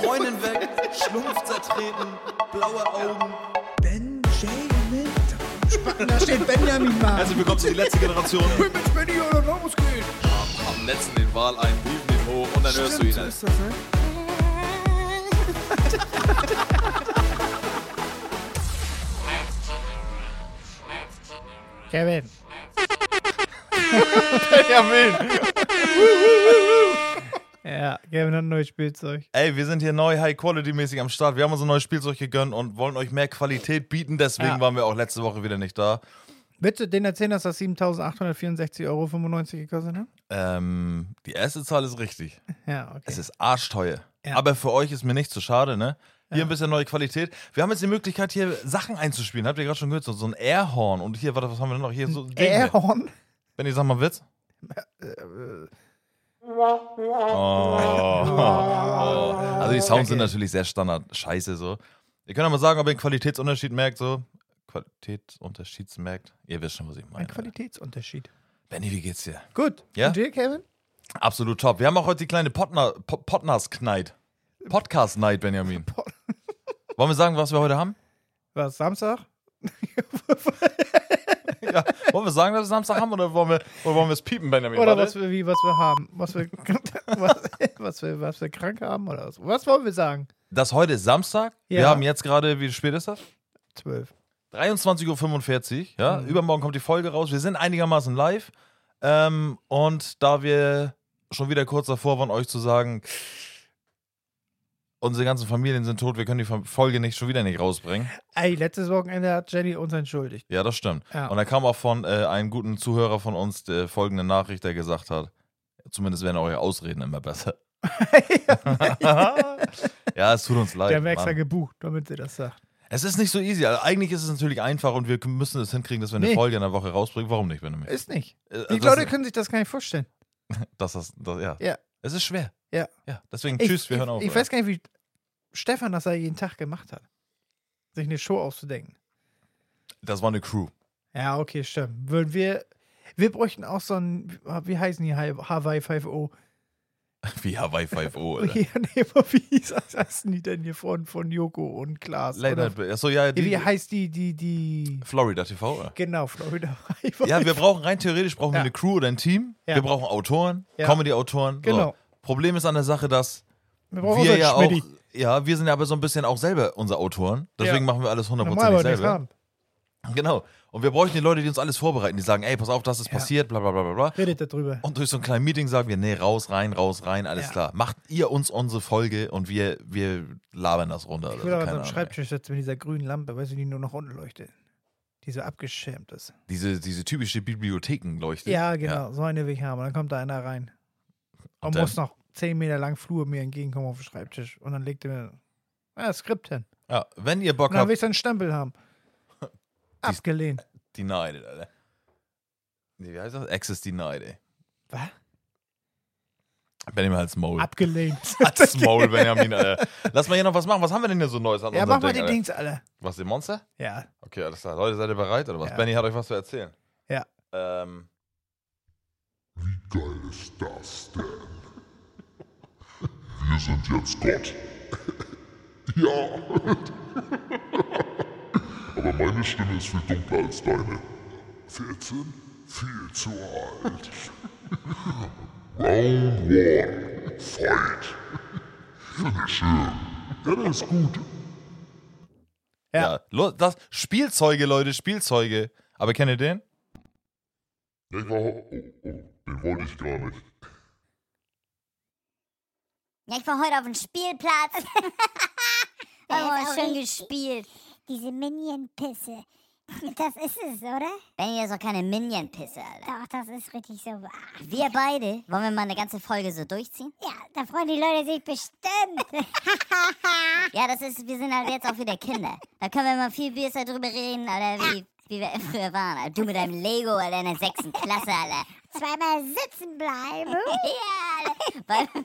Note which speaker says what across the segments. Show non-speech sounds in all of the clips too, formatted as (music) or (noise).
Speaker 1: Freundin weg, Schlumpf zertreten, blaue Augen.
Speaker 2: Benjamin. Spacken, da steht Benjamin mal.
Speaker 3: Herzlich willkommen zu die letzte Generation.
Speaker 2: ich bin mit Benny oder Ramos gehen.
Speaker 1: Am letzten den Wal ein, hieven den hoch und dann hörst du ihn.
Speaker 2: Stimmt, so
Speaker 1: halt.
Speaker 2: ist das, ne?
Speaker 4: Kevin. (laughs)
Speaker 3: Benjamin.
Speaker 4: Ja, Kevin hat ein neues Spielzeug.
Speaker 3: Ey, wir sind hier neu High-Quality-mäßig am Start. Wir haben uns ein neues Spielzeug gegönnt und wollen euch mehr Qualität bieten. Deswegen
Speaker 4: Ja.
Speaker 3: waren wir auch letzte Woche wieder nicht da.
Speaker 4: Willst du denen erzählen, dass das 7.864,95 Euro gekostet hat?
Speaker 3: Ähm, die erste Zahl ist richtig.
Speaker 4: Ja,
Speaker 3: Es
Speaker 4: okay.
Speaker 3: ist arschteuer.
Speaker 4: Ja.
Speaker 3: Aber für euch ist mir nicht zu schade, ne? Hier
Speaker 4: Ja.
Speaker 3: ein bisschen neue Qualität. Wir haben jetzt die Möglichkeit, hier Sachen einzuspielen. Habt ihr gerade schon gehört? So, so ein Airhorn. Und hier, warte, was haben wir denn noch? Hier so Dinge.
Speaker 4: Airhorn?
Speaker 3: Wenn ihr sag mal einen Witz. Oh. Also die Sounds sind natürlich sehr standard. Scheiße so. Ihr könnt ja mal sagen, ob ihr einen Qualitätsunterschied merkt, so. Qualitätsunterschied merkt. Ihr wisst schon, was ich meine.
Speaker 4: Ein Qualitätsunterschied.
Speaker 3: Benny, wie geht's dir?
Speaker 4: Gut.
Speaker 3: Ja?
Speaker 4: Und dir, Kevin?
Speaker 3: Absolut top. Wir haben auch heute die kleine Potner, Po- Podners-Knight. Podcast-Night,
Speaker 4: (laughs)
Speaker 3: Benjamin.
Speaker 4: Pod-
Speaker 3: Wollen wir sagen, was wir heute haben?
Speaker 4: Was, Samstag?
Speaker 3: Ja. Wollen wir sagen, dass wir Samstag haben oder wollen wir, oder wollen wir es piepen, Benjamin?
Speaker 4: Oder
Speaker 3: Warte.
Speaker 4: was wir, wie, was wir haben? Was wir, (laughs) was, was wir, was wir krank haben oder was? Was wollen wir sagen?
Speaker 3: Das heute ist Samstag. Wir
Speaker 4: Ja.
Speaker 3: haben jetzt gerade, wie spät ist das?
Speaker 4: Zwölf.
Speaker 3: 23.45 Uhr, ja.
Speaker 4: Mhm.
Speaker 3: Übermorgen kommt die Folge raus. Wir sind einigermaßen live. Ähm, und da wir schon wieder kurz davor waren, euch zu sagen, unsere ganzen Familien sind tot, wir können die Fam- Folge nicht schon wieder nicht rausbringen.
Speaker 4: Ey, letztes Wochenende hat Jenny uns entschuldigt. (laughs)
Speaker 3: Ja, das stimmt.
Speaker 4: Ja.
Speaker 3: Und da kam auch von äh, einem guten Zuhörer von uns äh, folgende Nachricht, der gesagt hat, zumindest werden eure Ausreden immer
Speaker 4: (laughs)
Speaker 3: besser. ja, es tut uns leid.
Speaker 4: Wir haben extra
Speaker 3: Mann.
Speaker 4: gebucht, damit sie das sagt.
Speaker 3: Es ist nicht so easy. Also eigentlich ist es natürlich einfach und wir müssen es hinkriegen, dass wir eine
Speaker 4: Nee.
Speaker 3: Folge in der Woche rausbringen. Warum nicht, wenn du mich.
Speaker 4: Ist nicht.
Speaker 3: Äh,
Speaker 4: Die
Speaker 3: das-
Speaker 4: Leute können sich Also das gar nicht vorstellen.
Speaker 3: Das, das, das, ja.
Speaker 4: Ja.
Speaker 3: Es ist schwer.
Speaker 4: Ja.
Speaker 3: Ja. Deswegen tschüss, wir hören auf.
Speaker 4: Ich, ich
Speaker 3: oder?
Speaker 4: weiß gar nicht, wie Stefan das da jeden Tag gemacht hat. Sich eine Show auszudenken.
Speaker 3: das war eine Crew. (laughs)
Speaker 4: Ja, okay, stimmt. Würden wir. Wir bräuchten auch so ein, wie heißen die Ha- Hawaii 5O?
Speaker 3: Oh, Wie Hawaii 5 O,
Speaker 4: (laughs) Ja,
Speaker 3: oder?
Speaker 4: nee, aber wie hieß das heißen die denn hier von, von Joko und Klaas?
Speaker 3: Late
Speaker 4: Oder,
Speaker 3: Night. Achso, ja,
Speaker 4: Ja, wie
Speaker 3: die,
Speaker 4: heißt die, die, die.
Speaker 3: Florida TV,
Speaker 4: (laughs)
Speaker 3: oder?
Speaker 4: Genau, Florida
Speaker 3: Ja, wir brauchen rein theoretisch brauchen wir
Speaker 4: Ja.
Speaker 3: eine Crew oder ein Team.
Speaker 4: Ja.
Speaker 3: Wir brauchen Autoren,
Speaker 4: Ja.
Speaker 3: Comedy-Autoren.
Speaker 4: Genau.
Speaker 3: So. Problem ist an der Sache, dass
Speaker 4: (laughs) wir
Speaker 3: wir
Speaker 4: so
Speaker 3: ja
Speaker 4: einen
Speaker 3: auch.
Speaker 4: Schmidti.
Speaker 3: Ja, wir sind ja aber so ein bisschen auch selber unsere Autoren. Deswegen
Speaker 4: Ja.
Speaker 3: machen wir alles
Speaker 4: Normal, aber
Speaker 3: hundertprozentig
Speaker 4: nichts
Speaker 3: selber.
Speaker 4: haben.
Speaker 3: Genau. Und wir bräuchten die Leute, die uns alles vorbereiten, die sagen, ey, pass auf, das ist
Speaker 4: Ja.
Speaker 3: passiert, bla bla bla bla bla.
Speaker 4: Redet darüber.
Speaker 3: Und durch so ein kleines Meeting sagen wir, nee, raus, rein, raus, rein, alles
Speaker 4: Ja.
Speaker 3: klar. Macht ihr uns unsere Folge und wir, wir labern das runter. oder
Speaker 4: Ich will
Speaker 3: so,
Speaker 4: aber
Speaker 3: keine
Speaker 4: an so einem
Speaker 3: Ahnung,
Speaker 4: Schreibtisch sitzen mit dieser grünen Lampe, weißt du, die nur noch unten leuchtet. Die so abgeschirmt ist.
Speaker 3: ey. Diese, diese typische Bibliothekenleuchte.
Speaker 4: Ja, genau, so eine will ich haben. Und dann kommt da einer rein. Und
Speaker 3: dann?
Speaker 4: muss noch 10 Meter lang Flur mir entgegenkommen auf den Schreibtisch. Und dann legt er mir ah, das Skript hin.
Speaker 3: Ja. Ja, wenn ihr Bock
Speaker 4: Und dann will
Speaker 3: habt,
Speaker 4: ich so einen Stempel haben.
Speaker 3: (laughs)
Speaker 4: Abgelehnt.
Speaker 3: denied, Alter. Nee, wie heißt das? Access denied, ey.
Speaker 4: Was?
Speaker 3: Benjamin als Maul.
Speaker 4: Abgelehnt.
Speaker 3: (laughs) Als Maul, Benjamin, Alter. Lass mal hier noch was machen. Was haben wir denn hier so Neues an
Speaker 4: (laughs) ja,
Speaker 3: unserem
Speaker 4: mach mal
Speaker 3: Ding,
Speaker 4: die
Speaker 3: Alter?
Speaker 4: Dings alle.
Speaker 3: Was, den Monster?
Speaker 4: Ja.
Speaker 3: Okay, alles klar. Leute, seid ihr bereit oder was?
Speaker 4: Ja.
Speaker 3: Benny hat euch was zu erzählen.
Speaker 4: Ja.
Speaker 3: Ähm,
Speaker 5: Wie geil ist das denn? Wir sind jetzt Gott. (laughs) ja. (laughs) Aber meine Stimme ist viel dunkler als deine. 14? Viel zu alt. (laughs) Round one. Fight. Finish him. Ja, der ist gut.
Speaker 4: Ja.
Speaker 3: ja. Lo- Das, Spielzeuge, Leute, Spielzeuge. Aber kennt ihr den?
Speaker 5: Der war, oh, oh, den wollte ich gar nicht.
Speaker 6: Ja, ich war heute auf dem (laughs) Spielplatz.
Speaker 7: ist
Speaker 6: oh,
Speaker 7: auch
Speaker 6: schön
Speaker 7: richtig.
Speaker 6: gespielt.
Speaker 7: Diese Minion-Pisse. Das ist es, oder?
Speaker 6: Benny, das ist doch keine Minion-Pisse, Alter.
Speaker 7: Doch, das ist richtig so. Ach,
Speaker 6: Wir beide, wollen wir mal eine ganze Folge so durchziehen?
Speaker 7: Ja, da freuen die Leute sich bestimmt.
Speaker 6: (laughs) Ja, das ist, wir sind halt jetzt auch wieder Kinder. Da können wir mal viel besser drüber reden, Alter, wie, wie wir früher waren. Alter. Du mit deinem Lego, Alter, in der sechsten Klasse, Alter.
Speaker 7: Zweimal sitzen bleiben.
Speaker 6: (laughs) Ja, Alter.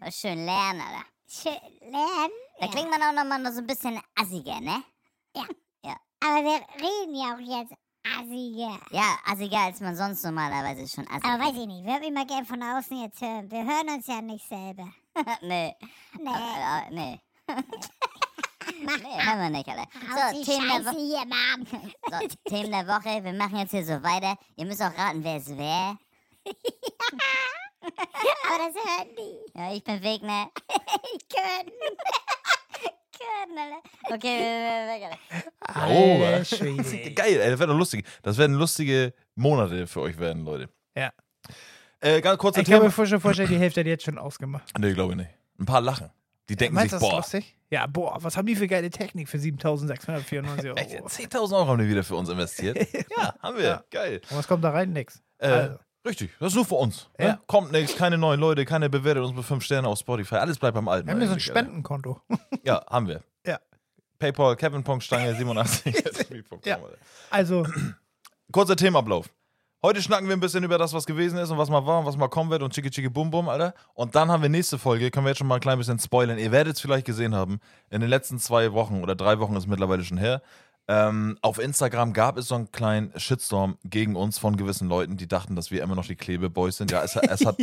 Speaker 6: Weil- Schön lernen, Alter.
Speaker 7: Schön lernen.
Speaker 6: Da klingt man auch nochmal so ein bisschen assiger, ne?
Speaker 7: Aber wir reden ja auch jetzt Assi, ja.
Speaker 6: Ja, assiger als man sonst normalerweise ist schon assig.
Speaker 7: Aber weiß ich nicht, würde mich mal gern von außen jetzt hören. Wir hören uns ja nicht selber.
Speaker 6: (laughs) nee.
Speaker 7: Nee,
Speaker 6: Äh, äh, nee. (laughs) nee, haben wir nicht, Alter.
Speaker 7: haut
Speaker 6: So,
Speaker 7: die
Speaker 6: Themen der,
Speaker 7: Scheiße
Speaker 6: Wo
Speaker 7: hier, Mann.
Speaker 6: (laughs) so, Themen der Woche. Wir machen jetzt hier so weiter. Ihr müsst auch raten, wer ist wer.
Speaker 7: Aber das hören die.
Speaker 6: Ja, ich bin Wegner.
Speaker 7: (laughs) Ich können.
Speaker 6: (laughs) Können, Alter. Okay, wir- wir- wir-
Speaker 3: (laughs)
Speaker 6: Alter.
Speaker 4: Alter
Speaker 3: Ge-
Speaker 4: Schwede.
Speaker 3: Geil, ey, das wäre doch lustig. Das werden lustige Monate für euch werden, Leute.
Speaker 4: Ja.
Speaker 3: Äh, ganz kurz ein
Speaker 4: Ich kann mir
Speaker 3: Thema.
Speaker 4: vorstellen, vorstellen, die Hälfte hat jetzt schon ausgemacht.
Speaker 3: Nee, glaube ich nicht. Ein paar lachen. Die denken
Speaker 4: Meinst du,
Speaker 3: sich,
Speaker 4: das ist
Speaker 3: boah,
Speaker 4: lustig? Ja, boah, was haben die für geile Technik
Speaker 3: (laughs)
Speaker 4: für 7.694
Speaker 3: echt,
Speaker 4: Euro?
Speaker 3: 10.000 Euro haben die wieder für uns investiert. ja, haben wir.
Speaker 4: Oh. (laughs) Ja.
Speaker 3: Geil.
Speaker 4: Und was kommt da rein? Nix.
Speaker 3: Äh,
Speaker 4: Also.
Speaker 3: Richtig, das ist nur für uns. Ne?
Speaker 4: Ja.
Speaker 3: Kommt nichts, keine neuen Leute, keiner bewertet uns mit 5 Sternen auf Spotify. Alles bleibt beim Alten.
Speaker 4: Wir haben ja so ein
Speaker 3: eigentlich, Alter.
Speaker 4: Spendenkonto. (laughs)
Speaker 3: Ja, haben wir.
Speaker 4: Ja.
Speaker 3: Paypal,
Speaker 4: (laughs)
Speaker 3: Kevin.stange87.
Speaker 4: Ja. Also,
Speaker 3: Kurzer Themenablauf. Heute schnacken wir ein bisschen über das, was gewesen ist und was mal war und was mal kommen wird und chicke chicke bum bum, Alter. Und dann haben wir nächste Folge, können wir jetzt schon mal ein klein bisschen spoilern. Ihr werdet es vielleicht gesehen haben, in den letzten zwei Wochen oder drei Wochen ist mittlerweile schon her. Ähm, auf Instagram gab es so einen kleinen Shitstorm gegen uns von gewissen Leuten, die dachten, dass wir immer noch die Klebeboys sind. Ja, es, hat- es, hat,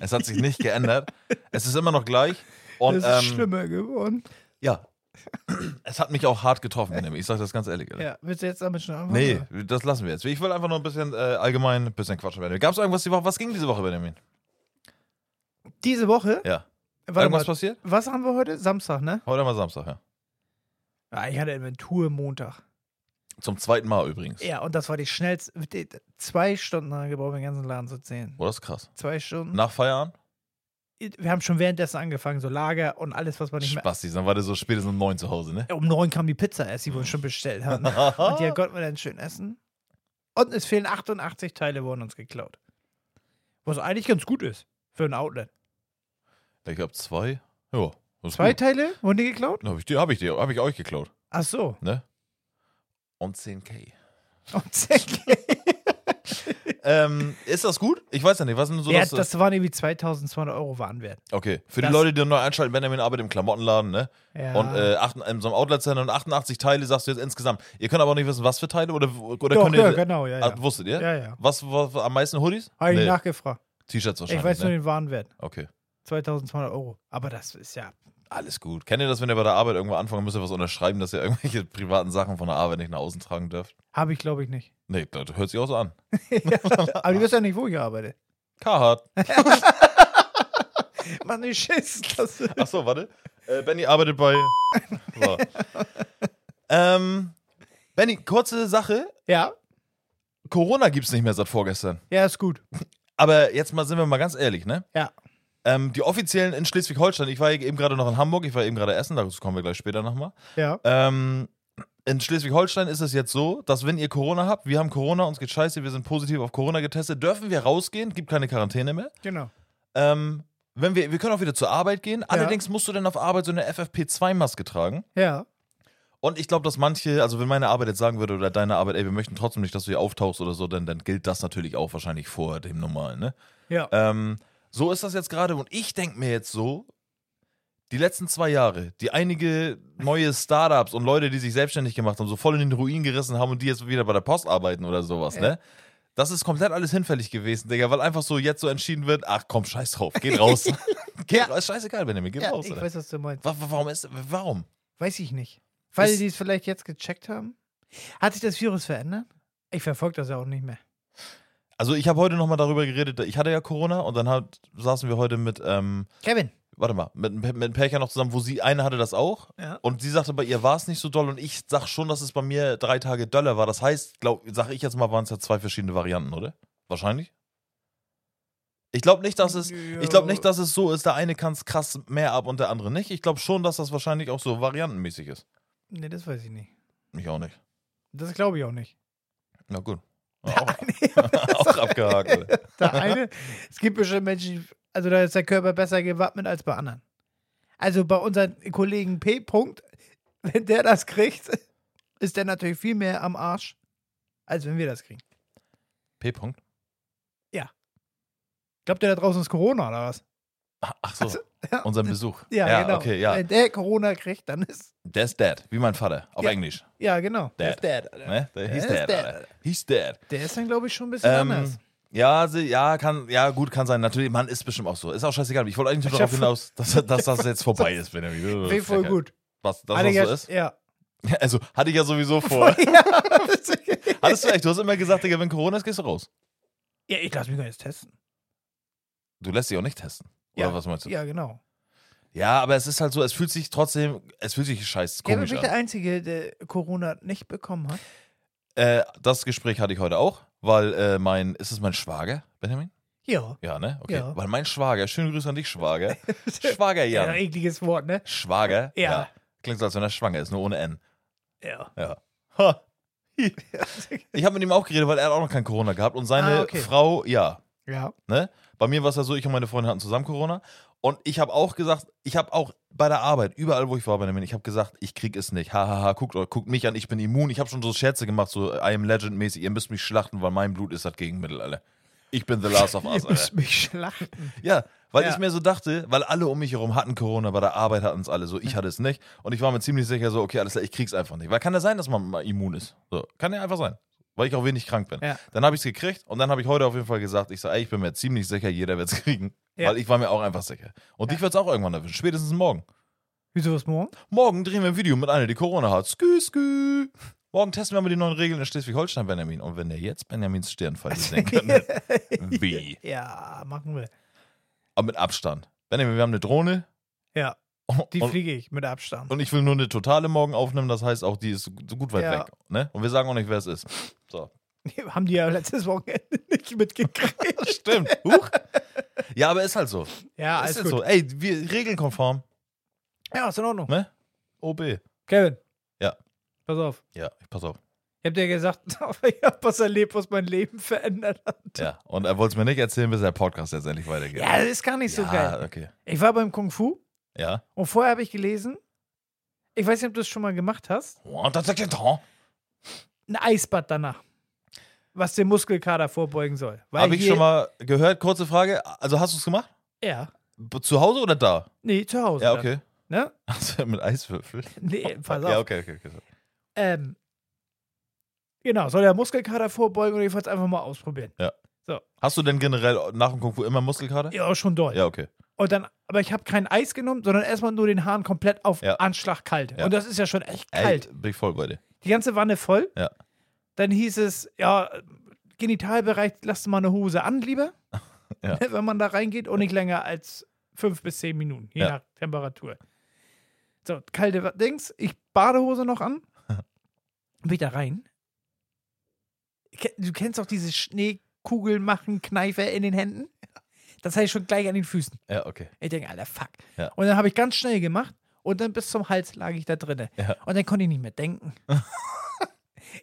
Speaker 3: es hat sich nicht geändert. Es ist immer noch gleich. Und,
Speaker 4: es ist
Speaker 3: ähm,
Speaker 4: schlimmer geworden.
Speaker 3: Ja. Es hat mich auch hart getroffen, nämlich. Ich sage das ganz ehrlich. Alter.
Speaker 4: Ja, willst du jetzt damit schon anfangen?
Speaker 3: Nee, das lassen wir jetzt. Ich will einfach nur ein bisschen äh, allgemein ein bisschen quatschen, Benjamin. Gab es irgendwas die Woche? Was ging diese Woche, Benjamin?
Speaker 4: Diese Woche,
Speaker 3: Ja.
Speaker 4: warte
Speaker 3: irgendwas
Speaker 4: mal,
Speaker 3: passiert?
Speaker 4: was haben wir heute? Samstag, ne?
Speaker 3: Heute haben wir Samstag, ja.
Speaker 4: Ah, ich hatte Inventur Montag.
Speaker 3: Zum zweiten Mal übrigens.
Speaker 4: Ja, und das war die schnellste. die- Zwei Stunden haben wir gebraucht, den ganzen Laden zu zählen.
Speaker 3: Oh, das ist krass.
Speaker 4: Zwei Stunden.
Speaker 3: Nach Feierabend?
Speaker 4: Wir haben schon währenddessen angefangen, so Lager und alles, was man nicht mehr.
Speaker 3: Spastis, dann war der so spätestens um neun zu Hause, ne?
Speaker 4: Um neun kam die Pizza erst, die wir uns schon bestellt
Speaker 3: (laughs)
Speaker 4: hatten. und ja, konnten wir dann schön essen. Und es fehlen 88 Teile, wurden uns geklaut. Was eigentlich ganz gut ist für ein Outlet.
Speaker 3: Ich hab zwei. Ja. das ist
Speaker 4: Zwei
Speaker 3: gut.
Speaker 4: Teile wurden die geklaut?
Speaker 3: Hab ich dir, hab ich dir, hab ich euch geklaut,
Speaker 4: Ach so.
Speaker 3: (laughs) ne? Und 10k.
Speaker 4: Und zack.
Speaker 3: ähm, ist das gut? Ich weiß ja nicht, was ist denn so
Speaker 4: ja,
Speaker 3: das, äh,
Speaker 4: das waren irgendwie 2200 Euro Warenwert.
Speaker 3: Okay, für die
Speaker 4: das-
Speaker 3: Leute, die neu einschalten, Benjamin arbeitet im Klamottenladen, ne?
Speaker 4: Ja.
Speaker 3: Und äh, acht, in so einem Outlet-Center und 88 Teile sagst du jetzt insgesamt. Ihr könnt aber auch nicht wissen, was für Teile oder, oder
Speaker 4: Doch,
Speaker 3: könnt ihr.
Speaker 4: ja, genau, ja, ja.
Speaker 3: Ah, wusstet ihr?
Speaker 4: Ja, ja.
Speaker 3: Was war war am meisten Hoodies?
Speaker 4: Habe ich nachgefragt.
Speaker 3: T-Shirts wahrscheinlich.
Speaker 4: Ich weiß nur
Speaker 3: ne?
Speaker 4: den Warenwert.
Speaker 3: Okay.
Speaker 4: 2200 Euro. Aber das ist ja.
Speaker 3: Alles gut. Kennt ihr das, wenn ihr bei der Arbeit irgendwo anfangen müsst, ihr was unterschreiben, dass ihr irgendwelche privaten Sachen von der Arbeit nicht nach außen tragen dürft?
Speaker 4: Habe ich, glaube ich, nicht.
Speaker 3: Nee, das hört sich auch so an.
Speaker 4: (laughs) Aber du weißt ja nicht, wo ich arbeite.
Speaker 3: Carhartt.
Speaker 4: Mann, ich schiss. Das
Speaker 3: Achso, warte. Äh, Benny arbeitet bei. So. ähm, Benny, kurze Sache.
Speaker 4: ja,
Speaker 3: Corona gibt's nicht mehr seit vorgestern.
Speaker 4: ja, ist gut.
Speaker 3: Aber jetzt mal sind wir mal ganz ehrlich, ne?
Speaker 4: Ja.
Speaker 3: Ähm, die offiziellen in Schleswig-Holstein, ich war eben gerade noch in Hamburg, ich war eben gerade Essen, dazu kommen wir gleich später nochmal.
Speaker 4: Ja.
Speaker 3: Ähm, in Schleswig-Holstein ist es jetzt so, dass wenn ihr Corona habt, wir haben Corona, uns geht scheiße, wir sind positiv auf Corona getestet, dürfen wir rausgehen, gibt keine Quarantäne mehr.
Speaker 4: Genau.
Speaker 3: Ähm, wenn wir, wir können auch wieder zur Arbeit gehen, allerdings musst du dann auf Arbeit so eine FFP2-Maske tragen.
Speaker 4: Ja.
Speaker 3: Und ich glaube, dass manche, also wenn meine Arbeit jetzt sagen würde oder deine Arbeit, ey, wir möchten trotzdem nicht, dass du hier auftauchst oder so, dann, dann gilt das natürlich auch wahrscheinlich vor dem Normalen, ne?
Speaker 4: Ja.
Speaker 3: Ähm, so ist das jetzt gerade und ich denke mir jetzt so, die letzten zwei Jahre, die einige neue Startups und Leute, die sich selbstständig gemacht haben, so voll in den Ruin gerissen haben und die jetzt wieder bei der Post arbeiten oder sowas, ne? Das ist komplett alles hinfällig gewesen, Digga, weil einfach so jetzt so entschieden wird, ach komm, scheiß drauf, geht
Speaker 4: (laughs)
Speaker 3: raus. geht raus, scheißegal, Benjamin, geht
Speaker 4: ja
Speaker 3: raus.
Speaker 4: ich
Speaker 3: Alter.
Speaker 4: weiß, was du meinst.
Speaker 3: Wa- wa- warum ist, warum?
Speaker 4: Weiß ich nicht. Weil
Speaker 3: Ist-
Speaker 4: die es vielleicht jetzt gecheckt haben. Hat sich das Virus verändert? Ich verfolge das ja auch nicht mehr.
Speaker 3: Also ich habe heute nochmal darüber geredet, ich hatte ja Corona und dann hat, saßen wir heute mit, ähm,
Speaker 4: Kevin.
Speaker 3: warte mal, mit, einem Pär- mit einem Pärchen noch zusammen, wo sie, eine hatte das auch
Speaker 4: Ja.
Speaker 3: und sie sagte, bei ihr war es nicht so doll und ich sag schon, dass es bei mir drei Tage döller war. Das heißt, glaub, sag ich jetzt mal, waren es ja zwei verschiedene Varianten, oder? Wahrscheinlich? Ich glaube nicht, dass es, ich glaube nicht, dass es so ist, der eine kann es krass mehr ab und der andere nicht. Ich glaube schon, dass das wahrscheinlich auch so variantenmäßig ist.
Speaker 4: Nee, das weiß ich nicht.
Speaker 3: Mich auch nicht.
Speaker 4: Das glaube ich auch (laughs) nicht.
Speaker 3: Na
Speaker 4: (laughs)
Speaker 3: gut. Auch,
Speaker 4: genau.
Speaker 3: (laughs) auch abgehakt. Alter.
Speaker 4: Der eine, es gibt bestimmt Menschen, die- also da ist der Körper besser gewappnet als bei anderen. Also bei unseren Kollegen P. Punkt, wenn der das kriegt, ist der natürlich viel mehr am Arsch, als wenn wir das kriegen.
Speaker 3: P-Punkt.
Speaker 4: Glaubt ihr da draußen ist Corona oder was?
Speaker 3: Ah, Ach so, unseren Besuch.
Speaker 4: Also, Ja, genau.
Speaker 3: okay, ja.
Speaker 4: Wenn der Corona kriegt, dann ist.
Speaker 3: That's Dad, wie mein Vater, auf
Speaker 4: Ja.
Speaker 3: Englisch.
Speaker 4: Ja, genau. Der ist
Speaker 3: Dad.
Speaker 4: dead. Alter.
Speaker 3: Ne? Der hieß
Speaker 4: Der ist
Speaker 3: Dad.
Speaker 4: Dad,
Speaker 3: Alter. Hieß Dad.
Speaker 4: Der ist dann, glaube ich, schon ein bisschen
Speaker 3: Ähm,
Speaker 4: anders.
Speaker 3: ja, sie, ja, kann, ja, gut, kann sein. Natürlich, Mann, ist bestimmt auch so. Ist auch scheißegal. Ich wollte eigentlich nur
Speaker 4: Ich
Speaker 3: darauf
Speaker 4: hab- (laughs)
Speaker 3: hinaus, dass, dass das jetzt vorbei ist, Benjamin. Du
Speaker 4: Finde ich voll
Speaker 3: Frechheit.
Speaker 4: gut.
Speaker 3: Was, das,
Speaker 4: Hat
Speaker 3: was
Speaker 4: er
Speaker 3: so
Speaker 4: ja-
Speaker 3: ist? (laughs)
Speaker 4: Ja.
Speaker 3: Also, hatte ich ja sowieso
Speaker 4: (laughs)
Speaker 3: vor. (laughs) Hattest du echt, du hast immer gesagt, Digga, wenn Corona ist, gehst du raus.
Speaker 4: ja, ich lasse mich gar nicht testen.
Speaker 3: Du lässt dich auch nicht testen. Oder
Speaker 4: Ja.
Speaker 3: was meinst du? Ja.
Speaker 4: Ja, genau.
Speaker 3: aber es ist halt so, es fühlt sich trotzdem, es fühlt sich scheiß
Speaker 4: Ja, bin
Speaker 3: komisch
Speaker 4: ich der
Speaker 3: an.
Speaker 4: Einzige, der Corona nicht bekommen hat.
Speaker 3: Äh, das Gespräch hatte ich heute auch, weil äh, mein, ist es mein Schwager, Benjamin?
Speaker 4: (laughs) Ja.
Speaker 3: Ja, ne? Okay.
Speaker 4: Ja.
Speaker 3: Weil mein Schwager, schöne Grüße an dich,
Speaker 4: (laughs)
Speaker 3: Schwager. Schwager
Speaker 4: Ja,
Speaker 3: Jan.
Speaker 4: ekliges Wort, ne?
Speaker 3: Schwager?
Speaker 4: Ja.
Speaker 3: Klingt so, als wenn er schwanger ist, nur ohne N. (laughs)
Speaker 4: Ja.
Speaker 3: Ja. Ha. Ich habe mit ihm auch geredet, weil er hat auch noch kein Corona gehabt und seine
Speaker 4: Ah, okay.
Speaker 3: Frau, ja.
Speaker 4: ja.
Speaker 3: Ne? Bei mir war es ja so, ich und meine Freundin hatten zusammen Corona. Und ich habe auch gesagt, ich habe auch bei der Arbeit, überall wo ich war bei der Min, ich habe gesagt, ich krieg es nicht. Hahaha, ha, ha, guckt, guckt mich an, ich bin immun. Ich habe schon so Scherze gemacht, so I am Legend-mäßig, ihr müsst mich schlachten, weil mein Blut ist das Gegenmittel, alle. Ich bin The Last of
Speaker 4: (laughs)
Speaker 3: Us,
Speaker 4: Ihr müsst
Speaker 3: Alter.
Speaker 4: mich schlachten.
Speaker 3: Ja, weil
Speaker 4: Ja.
Speaker 3: ich mir so dachte, weil alle um mich herum hatten Corona, bei der Arbeit hatten es alle so, ich hatte es nicht. Und ich war mir ziemlich sicher so, okay, alles klar, ich krieg's einfach nicht. Weil kann ja sein, dass man mal immun ist. So, kann ja einfach sein. Weil ich auch wenig krank bin.
Speaker 4: Ja.
Speaker 3: Dann habe ich es gekriegt und dann habe ich heute auf jeden Fall gesagt, ich sage, ey, ich bin mir ziemlich sicher, jeder wird es kriegen.
Speaker 4: Ja.
Speaker 3: Weil ich war mir auch einfach sicher. Und dich wird es auch irgendwann erwischen, spätestens morgen.
Speaker 4: Wieso was morgen?
Speaker 3: Morgen drehen wir ein Video mit einer, die Corona hat. Skü, skü. Morgen testen wir mal die neuen Regeln in Schleswig-Holstein, Benjamin. Und wenn ihr jetzt Benjamins
Speaker 4: (laughs)
Speaker 3: Stirnfall sehen könntet, wie?
Speaker 4: Ja, machen wir.
Speaker 3: Aber mit Abstand. Benjamin, wir haben eine Drohne.
Speaker 4: Ja, die
Speaker 3: und,
Speaker 4: fliege ich mit Abstand.
Speaker 3: und ich will nur eine totale morgen aufnehmen, das heißt auch, die ist so gut weit
Speaker 4: Ja.
Speaker 3: weg. Ne? Und wir sagen auch nicht, wer es ist.
Speaker 4: (laughs)
Speaker 3: So.
Speaker 4: Haben die ja letztes Wochenende (laughs) nicht mitgekriegt.
Speaker 3: Stimmt. Huch. (laughs) Ja, aber ist halt so.
Speaker 4: ja,
Speaker 3: ist halt
Speaker 4: alles Ah, gut.
Speaker 3: so. Ey, wir regelkonform.
Speaker 4: Ja, ist in Ordnung.
Speaker 3: Ne? OB.
Speaker 4: Kevin.
Speaker 3: Ja.
Speaker 4: Pass auf.
Speaker 3: Ja, ich pass auf.
Speaker 4: Ich hab dir gesagt, (laughs) ich hab was erlebt, was mein Leben verändert hat.
Speaker 3: Ja. Und er wollte es mir nicht erzählen, bis der Podcast jetzt endlich weitergeht.
Speaker 4: Ja, das ist gar nicht so
Speaker 3: ja
Speaker 4: geil.
Speaker 3: okay.
Speaker 4: Ich war beim Kung Fu
Speaker 3: Ja.
Speaker 4: und vorher habe ich gelesen, ich weiß nicht, ob du es schon mal gemacht hast,
Speaker 3: Und das ist ja
Speaker 4: ein Eisbad danach, was den Muskelkater vorbeugen soll. Weil
Speaker 3: Habe ich
Speaker 4: hier-
Speaker 3: schon mal gehört, kurze Frage. Also hast du es gemacht?
Speaker 4: Ja.
Speaker 3: B- Zu Hause oder da?
Speaker 4: Nee, zu Hause.
Speaker 3: Ja,
Speaker 4: dann,
Speaker 3: okay. (laughs)
Speaker 4: Ne?
Speaker 3: Also mit Eiswürfel.
Speaker 4: Nee, pass auf.
Speaker 3: Ja, okay, okay, okay.
Speaker 4: Ähm, genau, soll der Muskelkater vorbeugen und ich wollte es einfach mal ausprobieren.
Speaker 3: Hast du denn generell nach dem Kung Fu immer Muskelkater?
Speaker 4: Ja, schon doll.
Speaker 3: Ja, okay.
Speaker 4: Und dann, aber ich habe kein Eis genommen, sondern erstmal nur den Hahn komplett auf
Speaker 3: Ja.
Speaker 4: Anschlag kalt.
Speaker 3: Ja.
Speaker 4: Und das ist ja schon echt
Speaker 3: Ey,
Speaker 4: kalt.
Speaker 3: Bin ich voll bei dir.
Speaker 4: Die ganze Wanne voll.
Speaker 3: Ja.
Speaker 4: Dann hieß es, ja, Genitalbereich, lass mal eine Hose an, lieber.
Speaker 3: (laughs) Ja.
Speaker 4: Wenn man da reingeht und nicht länger als fünf bis zehn Minuten, je
Speaker 3: Ja.
Speaker 4: nach Temperatur. So, kalte Wa- Dings, ich Badehose
Speaker 3: (laughs)
Speaker 4: noch an. Bin ich da rein. Ke- Du kennst auch diese Schneekugeln machen, Kneife in den Händen. Das hatte ich schon gleich an den Füßen.
Speaker 3: Ja, okay.
Speaker 4: Ich denke, Alter, fuck.
Speaker 3: Ja.
Speaker 4: Und dann habe ich ganz schnell gemacht und dann bis zum Hals lag ich da drinne.
Speaker 3: Ja.
Speaker 4: Und dann konnte ich nicht mehr denken. (laughs)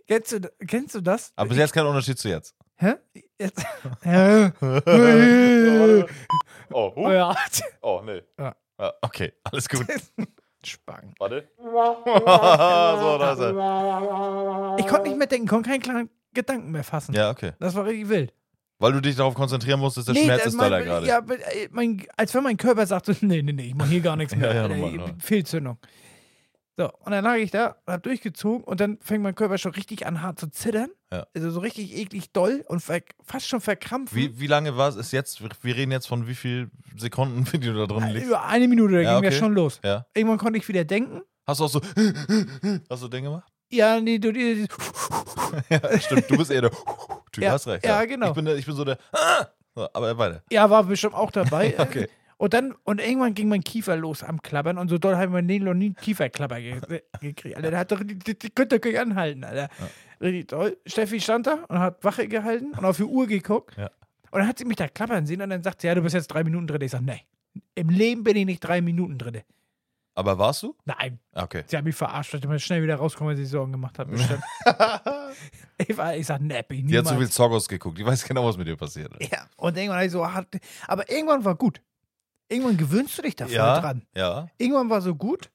Speaker 4: kennst, du, kennst du das?
Speaker 3: Aber bis jetzt kein Unterschied zu jetzt.
Speaker 4: Hä? Jetzt. (laughs) Hä? (laughs)
Speaker 3: Oh,
Speaker 4: oh ja.
Speaker 3: oh nee.
Speaker 4: Ja.
Speaker 3: Ah, okay, alles gut.
Speaker 4: Spangen.
Speaker 3: Warte. (laughs) so, da ist er.
Speaker 4: Ich konnte nicht mehr denken, konnte keinen klaren Gedanken mehr fassen.
Speaker 3: Ja, okay.
Speaker 4: Das war richtig wild.
Speaker 3: Weil du dich darauf konzentrieren musstest, der Schmerz ist
Speaker 4: das- äh, mein,
Speaker 3: doller gerade.
Speaker 4: Ja, aber, äh, mein, als wenn mein Körper sagt, so, nee, nee, nee, ich mache hier gar nichts
Speaker 3: (laughs)
Speaker 4: mehr.
Speaker 3: Ja, ja,
Speaker 4: Alter,
Speaker 3: normal,
Speaker 4: ich-
Speaker 3: normal.
Speaker 4: Fehlzündung. So, und dann lag ich da, hab durchgezogen und dann fängt mein Körper schon richtig an, hart zu zittern.
Speaker 3: Ja.
Speaker 4: Also so richtig eklig doll und ver fast schon verkrampft.
Speaker 3: Wie, wie lange war es? Ist jetzt, wir reden jetzt von wie viel Sekunden, (laughs) wie du da drin liegst.
Speaker 4: Über eine Minute, da
Speaker 3: Ja,
Speaker 4: ging
Speaker 3: okay.
Speaker 4: das schon los.
Speaker 3: Ja.
Speaker 4: Irgendwann konnte ich wieder denken.
Speaker 3: Hast du auch so, (laughs) hast du den gemacht?
Speaker 4: Ja, nee, du, du, du
Speaker 3: Ja, stimmt, du bist eher der (laughs) Typ,
Speaker 4: Ja,
Speaker 3: hast recht.
Speaker 4: ja, genau.
Speaker 3: Ich bin, der, ich bin so der, (laughs) so, aber weiter.
Speaker 4: ja, war bestimmt auch dabei.
Speaker 3: (laughs) Okay.
Speaker 4: Und dann, und irgendwann ging mein Kiefer los am Klappern und so doll haben wir den noch nie einen Kieferklapper ge gekriegt. Alter, der hat doch, die, die, die könnt ihr euch anhalten, Alter. Richtig toll. Steffi stand da und hat Wache gehalten und auf die Uhr geguckt.
Speaker 3: Ja.
Speaker 4: Und dann hat sie mich da klappern sehen und dann sagt sie, ja, du bist jetzt drei Minuten drin. Ich sag, nee, im Leben bin ich nicht drei Minuten drin.
Speaker 3: Aber warst du? Ah,
Speaker 4: Nein,
Speaker 3: Okay.
Speaker 4: sie hat mich verarscht, dass ich mal schnell wieder rauskommen, weil sie sich Sorgen gemacht hat.
Speaker 3: (laughs)
Speaker 4: bestimmt. ich, war, ich sag, nee, bin ich
Speaker 3: Die hat
Speaker 4: niemals.
Speaker 3: zu viel Zorgos geguckt. Die weiß genau, was mit dir passiert. ist.
Speaker 4: ja. Und irgendwann hab ich so hart, aber irgendwann war gut. Irgendwann gewöhnst du dich da voll dran.
Speaker 3: ja.
Speaker 4: Irgendwann war so gut.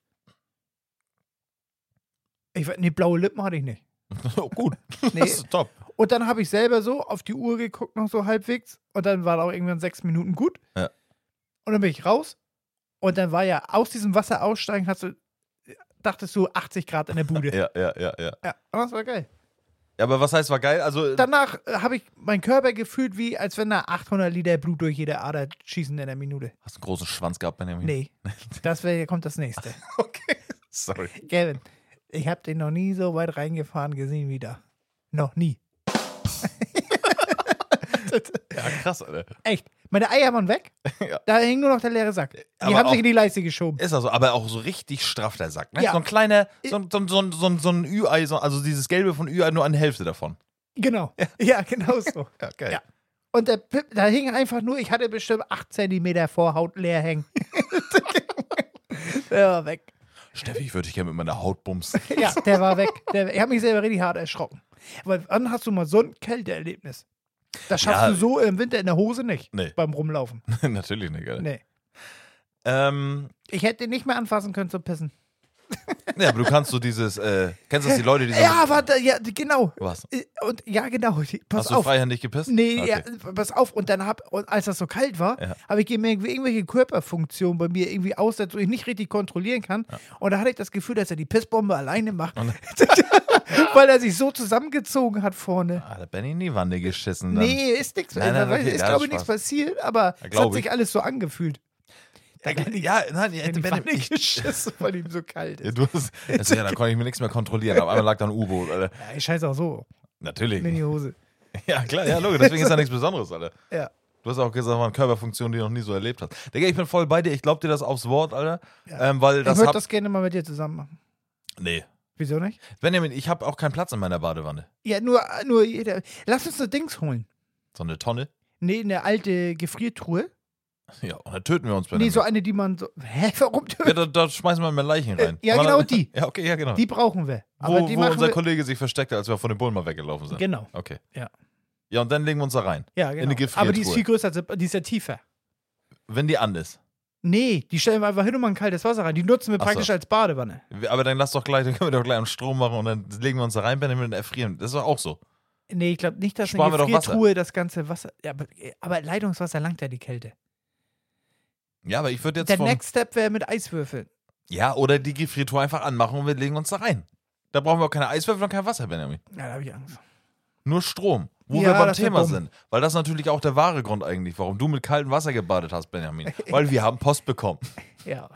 Speaker 4: Ich weiß, nee, blaue Lippen hatte ich nicht.
Speaker 3: (laughs) Oh, gut.
Speaker 4: Nee.
Speaker 3: Das ist top.
Speaker 4: Und dann habe ich selber so auf die Uhr geguckt, noch so halbwegs. Und dann war auch irgendwann sechs Minuten gut.
Speaker 3: Ja.
Speaker 4: Und dann bin ich raus. Und dann war ja aus diesem Wasser aussteigen, hast du, dachtest du 80 Grad in der Bude.
Speaker 3: (laughs) Ja, ja, ja, ja.
Speaker 4: ja, aber das war geil.
Speaker 3: Ja, aber was heißt, war geil? Also,
Speaker 4: Danach äh, habe ich meinen Körper gefühlt, wie als wenn da 800 Liter Blut durch jede Ader schießen in der Minute.
Speaker 3: hast du einen großen Schwanz gehabt, Benjamin?
Speaker 4: Nee, das wär, kommt das nächste.
Speaker 3: (laughs) Okay. Sorry.
Speaker 4: Gavin, ich habe den noch nie so weit reingefahren gesehen wie da. Noch nie.
Speaker 3: Ja, krass, Alter.
Speaker 4: Echt. Meine Eier waren weg.
Speaker 3: (laughs) Ja.
Speaker 4: Da hing nur noch der leere Sack. Die
Speaker 3: Aber
Speaker 4: haben
Speaker 3: auch-
Speaker 4: sich in die Leiste geschoben.
Speaker 3: Ist also, aber auch so richtig straff der Sack, ne?
Speaker 4: Ja.
Speaker 3: So ein kleiner, so, ein- so, ein- so, ein- so, ein- so ein Ü-Ei, so, also dieses gelbe von Ü-Ei, nur eine Hälfte davon.
Speaker 4: Genau. (laughs) Ja, genau so.
Speaker 3: Ja, geil.
Speaker 4: Ja. Und der Pip, da hing einfach nur, ich hatte bestimmt 8 cm Vorhaut leer
Speaker 3: (laughs)
Speaker 4: hängen. der war weg.
Speaker 3: Steffi, ich würde dich gerne mit meiner Haut
Speaker 4: (laughs)
Speaker 3: bumsen. (laughs)
Speaker 4: Ja, der war weg. Der, ich habe mich selber richtig hart erschrocken. Weil wann hast du mal so ein Kälteerlebnis? Das schaffst
Speaker 3: Ja.
Speaker 4: du so im Winter in der Hose nicht.
Speaker 3: Nee.
Speaker 4: Beim Rumlaufen.
Speaker 3: Natürlich nicht, Alter.
Speaker 4: Nee.
Speaker 3: Ähm,
Speaker 4: Ich hätte den nicht mehr anfassen können zum Pissen.
Speaker 3: ja, aber du kannst so dieses, äh, kennst du das, die Leute, die so.
Speaker 4: Ja, warte, ja, genau.
Speaker 3: Was?
Speaker 4: Äh, Und ja, genau. die- Pass
Speaker 3: Hast du
Speaker 4: auf.
Speaker 3: freihändig gepisst?
Speaker 4: Nee,
Speaker 3: Okay.
Speaker 4: ja, pass auf. Und dann hab, und als das so kalt war,
Speaker 3: Ja.
Speaker 4: habe ich gemerkt, wie irgendwelche Körperfunktionen bei mir irgendwie aussetzt und ich nicht richtig kontrollieren kann. Und da hatte ich das Gefühl, dass er die Pissbombe alleine macht. (laughs) Weil er sich so zusammengezogen hat vorne.
Speaker 3: Ah, da bin ich in die Wanne geschissen. Dann.
Speaker 4: Nee, ist nichts.
Speaker 3: Nein, nein,
Speaker 4: weil-
Speaker 3: okay,
Speaker 4: ist,
Speaker 3: ja,
Speaker 4: glaube ich,
Speaker 3: Spaß.
Speaker 4: nichts passiert, aber es
Speaker 3: glaub
Speaker 4: hat sich
Speaker 3: ich.
Speaker 4: alles so angefühlt.
Speaker 3: Ja, ja, nein, ja,
Speaker 4: In die
Speaker 3: wenn,
Speaker 4: Pfanne geschissen, weil ihm so kalt
Speaker 3: ja,
Speaker 4: ist.
Speaker 3: (laughs) du hast, also, ja, da konnte ich mir nichts mehr kontrollieren. Auf einmal lag da ein U-Boot, Alter.
Speaker 4: Ja, ich scheiße auch so
Speaker 3: Natürlich.
Speaker 4: in die Hose.
Speaker 3: (laughs) Ja, klar, ja, logisch. Deswegen ist ja nichts Besonderes, Alter.
Speaker 4: Ja.
Speaker 3: Du hast auch gesagt, waren Körperfunktionen, die du noch nie so erlebt hast. Digga, ich bin voll bei dir. Ich glaub dir das aufs Wort, Alter. Ähm, weil
Speaker 4: Ich
Speaker 3: das
Speaker 4: würde
Speaker 3: hab.
Speaker 4: das gerne mal mit dir zusammen machen.
Speaker 3: nee.
Speaker 4: Wieso nicht?
Speaker 3: Benjamin, ich habe auch keinen Platz in meiner Badewanne.
Speaker 4: Ja, nur, nur jeder. Lass uns so Dings holen.
Speaker 3: So eine Tonne. (laughs)
Speaker 4: Nee, eine alte Gefriertruhe.
Speaker 3: Ja, und dann töten wir uns, Benjamin.
Speaker 4: Nee, so eine, die man so. Hä, (laughs) warum?
Speaker 3: ja, da, da schmeißen wir immer Leichen rein.
Speaker 4: Ja,
Speaker 3: Aber-
Speaker 4: genau die.
Speaker 3: (laughs) Ja, okay, ja, genau.
Speaker 4: Die brauchen wir. Aber
Speaker 3: wo
Speaker 4: die
Speaker 3: wo
Speaker 4: machen
Speaker 3: unser
Speaker 4: wir.
Speaker 3: Kollege sich versteckte, als wir von dem Bullen mal weggelaufen sind.
Speaker 4: Genau.
Speaker 3: Okay.
Speaker 4: Ja.
Speaker 3: Ja, und dann legen wir uns da rein.
Speaker 4: Ja, genau.
Speaker 3: eine Gefriertruhe.
Speaker 4: Aber die ist viel größer, als, die ist ja tiefer.
Speaker 3: Wenn die an ist.
Speaker 4: Nee, die stellen wir einfach hin und machen kaltes Wasser rein. Die nutzen wir
Speaker 3: Ach so.
Speaker 4: praktisch als Badewanne.
Speaker 3: Aber dann lass doch gleich, (laughs) dann können wir doch gleich einen Strom machen und dann legen wir uns da rein, Benjamin, und erfrieren. Das ist doch auch so.
Speaker 4: Nee, ich glaube nicht, dass
Speaker 3: Sparen wir doch
Speaker 4: eine
Speaker 3: Wasser.
Speaker 4: Gefriertruhe das ganze Wasser. Ja, aber, aber Leitungswasser langt ja die Kälte.
Speaker 3: Ja, aber ich würde jetzt
Speaker 4: Der
Speaker 3: von,
Speaker 4: Next Step wäre mit Eiswürfeln.
Speaker 3: Ja, oder die Gefriertruhe einfach anmachen und wir legen uns da rein. Da brauchen wir auch keine Eiswürfel und kein Wasser, Benjamin.
Speaker 4: Ja, da habe
Speaker 3: (laughs)
Speaker 4: ich Angst.
Speaker 3: Nur Strom. Wo
Speaker 4: Ja,
Speaker 3: wir beim
Speaker 4: das wird
Speaker 3: Thema
Speaker 4: dumm.
Speaker 3: sind. Weil das ist natürlich auch der wahre Grund eigentlich, warum du mit kaltem Wasser gebadet hast,
Speaker 4: (laughs)
Speaker 3: Benjamin. Weil wir haben Post bekommen.
Speaker 4: Ja.